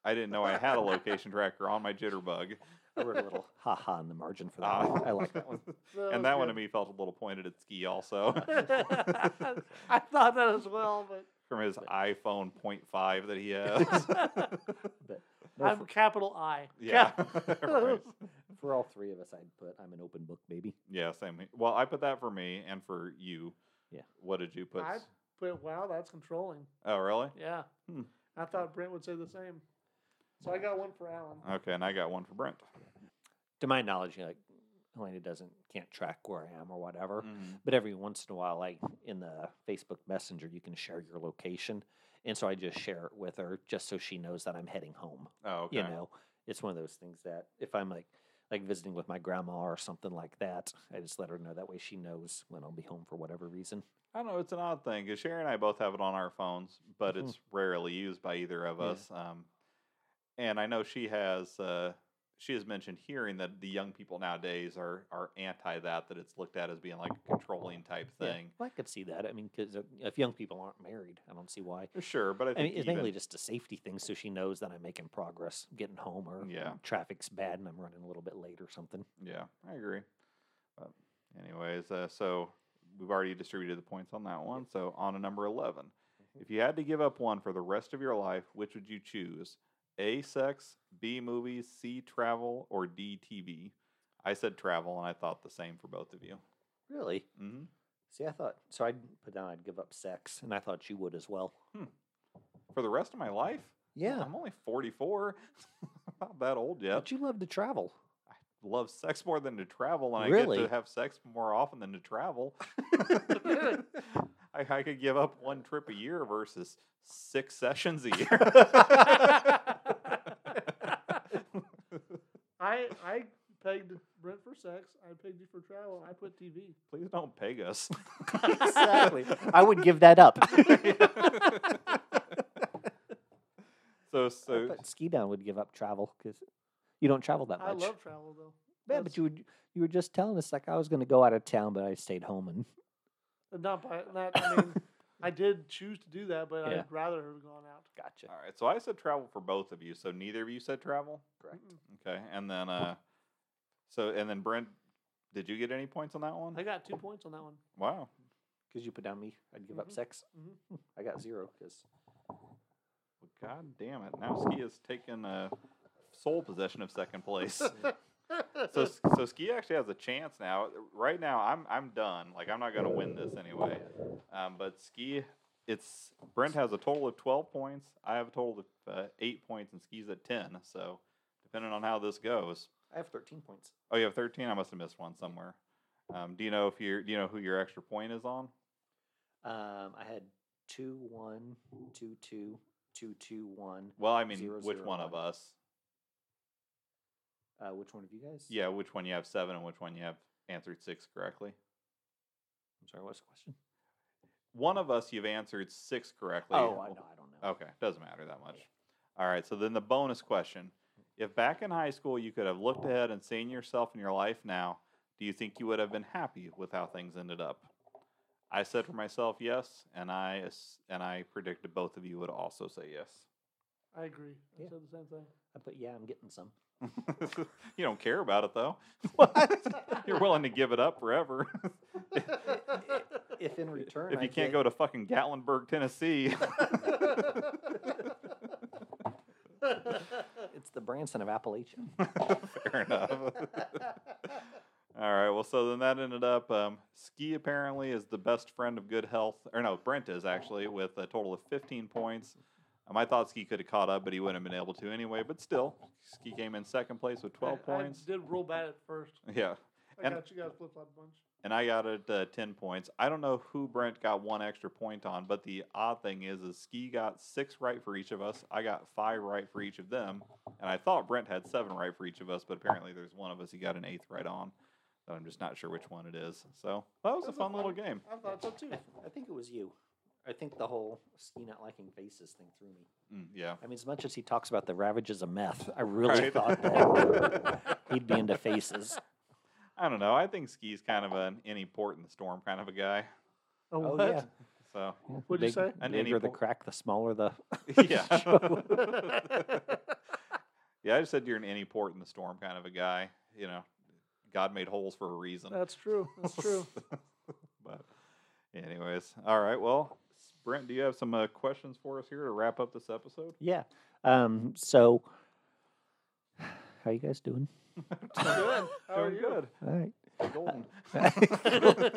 I didn't know I had a location tracker on my jitterbug. I wrote (laughs) a little ha ha in the margin for that. Ah. one. I like that one. and that one to me felt a little pointed at Ski also (laughs) me. (laughs) I thought that as well, from his iPhone 0.5 that he (laughs) has. (laughs) But but no, I'm for, capital I. yeah. (laughs) Cap- right. for all three of us, I'd put I'm an open book, baby. Yeah, same. he- Well, I put that for me and for you. Yeah. What did you put? I s- put wow, that's controlling. Oh, really? Yeah. Hmm. I thought Brent would say the same. So I got one for Alan. Okay, and I got one for Brent. to my knowledge, you know, like Elena doesn't can't track where I am or whatever. Mm. But every once in a while, like in the Facebook Messenger, you can share your location, and so I just share it with her just so she knows that I'm heading home. (laughs) Oh, okay. You know, it's one of those things that if I'm like like visiting with my grandma or something like that, I just let her know that way she knows when I'll be home for whatever reason. I don't know. It's an odd thing because Sherry and I both have it on our phones, but Mhm. it's rarely used by either of Yeah. us. Um, and I know she has. Uh, she has mentioned hearing that the young people nowadays are are anti that. That it's looked at as being like a controlling type Yeah, thing. well, I could see that. I mean, because if young people aren't married, I don't see why. Sure, but I I mean, think it's even, mainly just a safety thing, so she knows that I'm making progress, getting home, or Yeah. traffic's bad and I'm running a little bit late or something. yeah, I agree. But anyways, uh, so we've already distributed the points on that one. So on to number eleven. If you had to give up one for the rest of your life, which would you choose? A sex, B movies, C travel, or D TV? I said travel, and I thought the same for both of you. Really? hmm See, I thought so. I'd put down I'd give up sex, and I thought you would as well. For the rest of my life, Yeah, I'm only 44. (laughs) Not that old yet. but you love to travel. Love sex more than to travel, and I Really? get to have sex more often than to travel. (laughs) I, I could give up one trip a year versus six sessions a (laughs) year. I I pegged Brent for sex. I pegged you for travel. I put TV. Please don't peg us. (laughs) exactly. I would give that up. so, I so thought Ski Down would give up travel because you don't travel that I much. love travel though. yeah, but that's- you would. You were just telling us like I was going to go out of town, but I stayed home and (laughs) But Uh, Not by not. I mean, I did choose to do that, but Yeah. I'd rather have gone out. gotcha. all right. So I said travel for both of you. So neither of you said travel. Correct. Okay, and then uh, so and then Brent, did you get any points on that I one? got two points on that one. Wow. Because you put down me, I'd give Mhm. up sex. Mhm. (laughs) I got zero because God damn it! Now Ski has taken uh, sole possession of second (laughs) place. so S- so Ski actually has a chance now. Right now, I'm I'm done. Like I'm not gonna win this anyway. Um, but Ski, it's Brent has a total of twelve points. I have a total of uh, eight points, and Ski's at ten. So depending on how this goes, I have thirteen points. oh, you have thirteen. I must have missed one somewhere. Um, do you know if you do you know who your extra point is on? Um, I had two one two two two two one. Well, I mean, Zero, which zero, one of one. us? Uh, which one of you guys? Yeah, which one you have seven, and which one you have answered six correctly. I'm sorry, what's the question? One of us you've answered six correctly. Oh, I, no, I don't know. Okay, doesn't matter that much. All right, so then the bonus question. If back in high school you could have looked ahead and seen yourself in your life now, do you think you would have been happy with how things ended up? I said for myself yes, and I ass- and I predicted both of you would also say yes. (laughs) I agree. I Yeah. said the same thing. I put yeah, I'm getting some. you don't care about it though. (laughs) You're willing to give it up forever. If in return, if I you can't get- go to fucking Gatlinburg, Tennessee. (laughs) it's the Branson of Appalachia. Fair enough. (laughs) All right. Well, so then that ended up um, Ski apparently is the best friend of good health, or no, Brent is actually with a total of 15 points. Um, I thought Ski could have caught up, but he wouldn't have been able to anyway. But still, Ski came in second place with 12 I, points. I did real bad at first. yeah, I And- got you guys flip flop bunch. and I got it uh, 10 points. I don't know who Brent got one extra point on, but the odd thing is, is Ski got six right for each of us. I got five right for each of them, and I thought Brent had seven right for each of us, but apparently there's one of us he got an eighth right on. But I'm just not sure which one it is. So that was a That's a fun little fun- game. Oh, I thought so too. I think it was you. I think the whole ski not liking faces thing threw me. Mm, yeah. I mean, as much as he talks about the ravages of meth, I really Right. thought (laughs) that he'd be into faces. (laughs) I don't know. I think Ski's kind of an any port in the storm kind of a A guy. (laughs) Oh what? yeah. So Yeah, the What'd you big- say? The An any bigger the po- crack, the smaller the. yeah. (laughs) Joe. yeah, I just said you're an any port in the storm kind of a guy. You know, God made holes for a reason. (laughs) That's true. That's true. but, anyways, all right. Well, Brent, do you have some uh, questions for us here to wrap up this episode? Yeah. Um. So, how you guys doing? (laughs) Good. How are Doing you? good. All (laughs) right. Hey, Golden.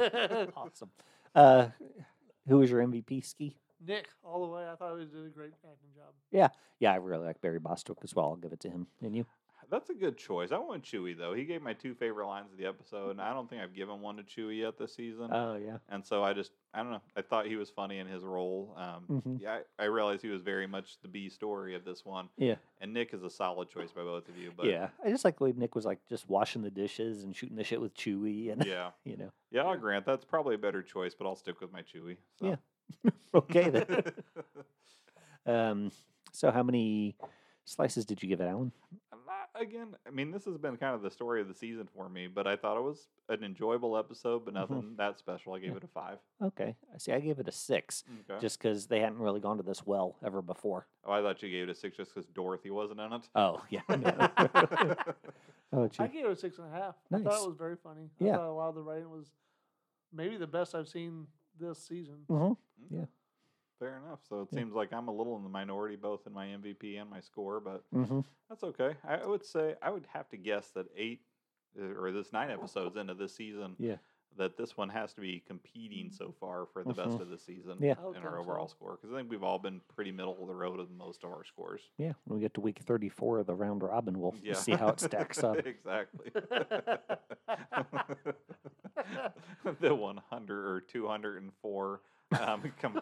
awesome. Uh, who was your MVP ski? Nick all the way. I thought he did a great acting job. Yeah, I really like Barry Bostwick as well. I'll give it to him. And you? (laughs) That's a good choice. I want Chewy though. He gave my two favorite lines of the episode, and I don't think I've given one to Chewy yet this season. Oh yeah. and so I just I don't know. I thought he was funny in his role. Um, Mhm. Yeah, I, I realized he was very much the B story of this one. Yeah. And Nick is a solid choice by both of you. But yeah. I just like the way Nick was like just washing the dishes and shooting the shit with Chewy and (laughs) yeah, you (laughs) know. yeah. I'll grant that's probably a better choice, but I'll stick with my Chewy. So. Yeah. Okay then. um so how many slices did you give it, Alan? (laughs) I'm not- again, I mean, this has been kind of the story of the season for me, but I thought it was an enjoyable episode, but Mhm. nothing that special. I gave Yeah. it a five. Okay. I see I gave it a six. Okay. Just because they hadn't really gone to this well ever before. oh, I thought you gave it a six just because Dorothy wasn't in it. (laughs) Oh yeah. no. (laughs) (laughs) oh I gee. gave it a six and a half. I thought Nice. it was very funny. Yeah. I thought a lot of the writing was maybe the best I've seen this season. Mhm. Okay. Yeah. Fair enough. So it Yeah. seems like I'm a little in the minority, both in my MVP and my score, but Mhm. that's okay. I I would say I would have to guess that eight uh, or this Oh, nine episodes into this season, Yeah. that this one has to be competing Mm-hmm. so far for the best Mhm. of the season Yeah. I would in our think so. overall score. Because I think we've all been pretty middle of the road in most of our scores. Yeah. When we get to week thirty four of the round robin, we'll Yeah. see how (laughs) it stacks up. exactly. the 100 or 204 um, (laughs) (laughs) com-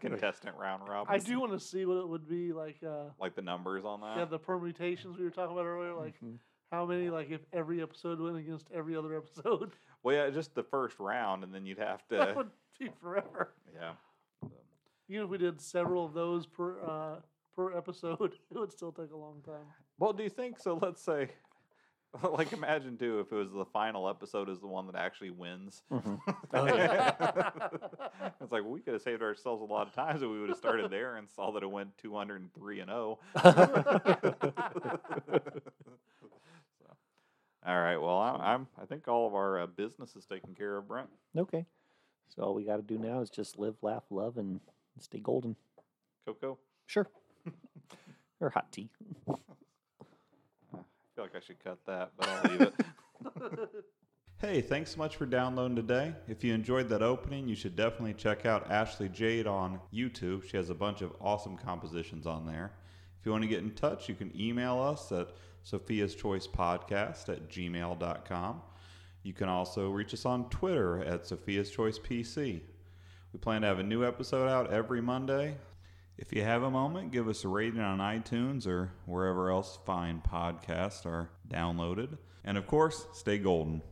contestant round robin. I do want to see what it would be like. Uh, like the numbers on that. yeah, the permutations we were talking about earlier, like Mhm. how many, like if every episode went against every other episode, (laughs) Well, yeah, just the first round, and then you'd have that to. (laughs) would be forever. yeah. Even if we did several of those per uh, per episode, (laughs) it would still take a long time. Well, do you think so? Let's say, (laughs) like, imagine too if it was the final episode is the one that actually wins. Mhm. it's like we could have saved ourselves a lot of times if we would have started there and saw that it went two hundred and three and oh. zero. So, All right. Well, I'm, I'm. I think all of our uh, business is taken care of, Brent. Okay. So all we got to do now is just live, laugh, love, and stay golden. Coco, Sure. or hot tea. I feel like I should cut that, but I'll leave it. (laughs) Hey, thanks so much for downloading today. If you enjoyed that opening, you should definitely check out Ashley Jade on YouTube. She has a bunch of awesome compositions on there. If you want to get in touch, you can email us at Sophia's Choice Podcast at gmail.com. You can also reach us on Twitter at Sophia's Choice PC. We plan to have a new episode out every Monday. If you have a moment, give us a rating on iTunes or wherever else fine podcasts are downloaded. And of course, stay golden.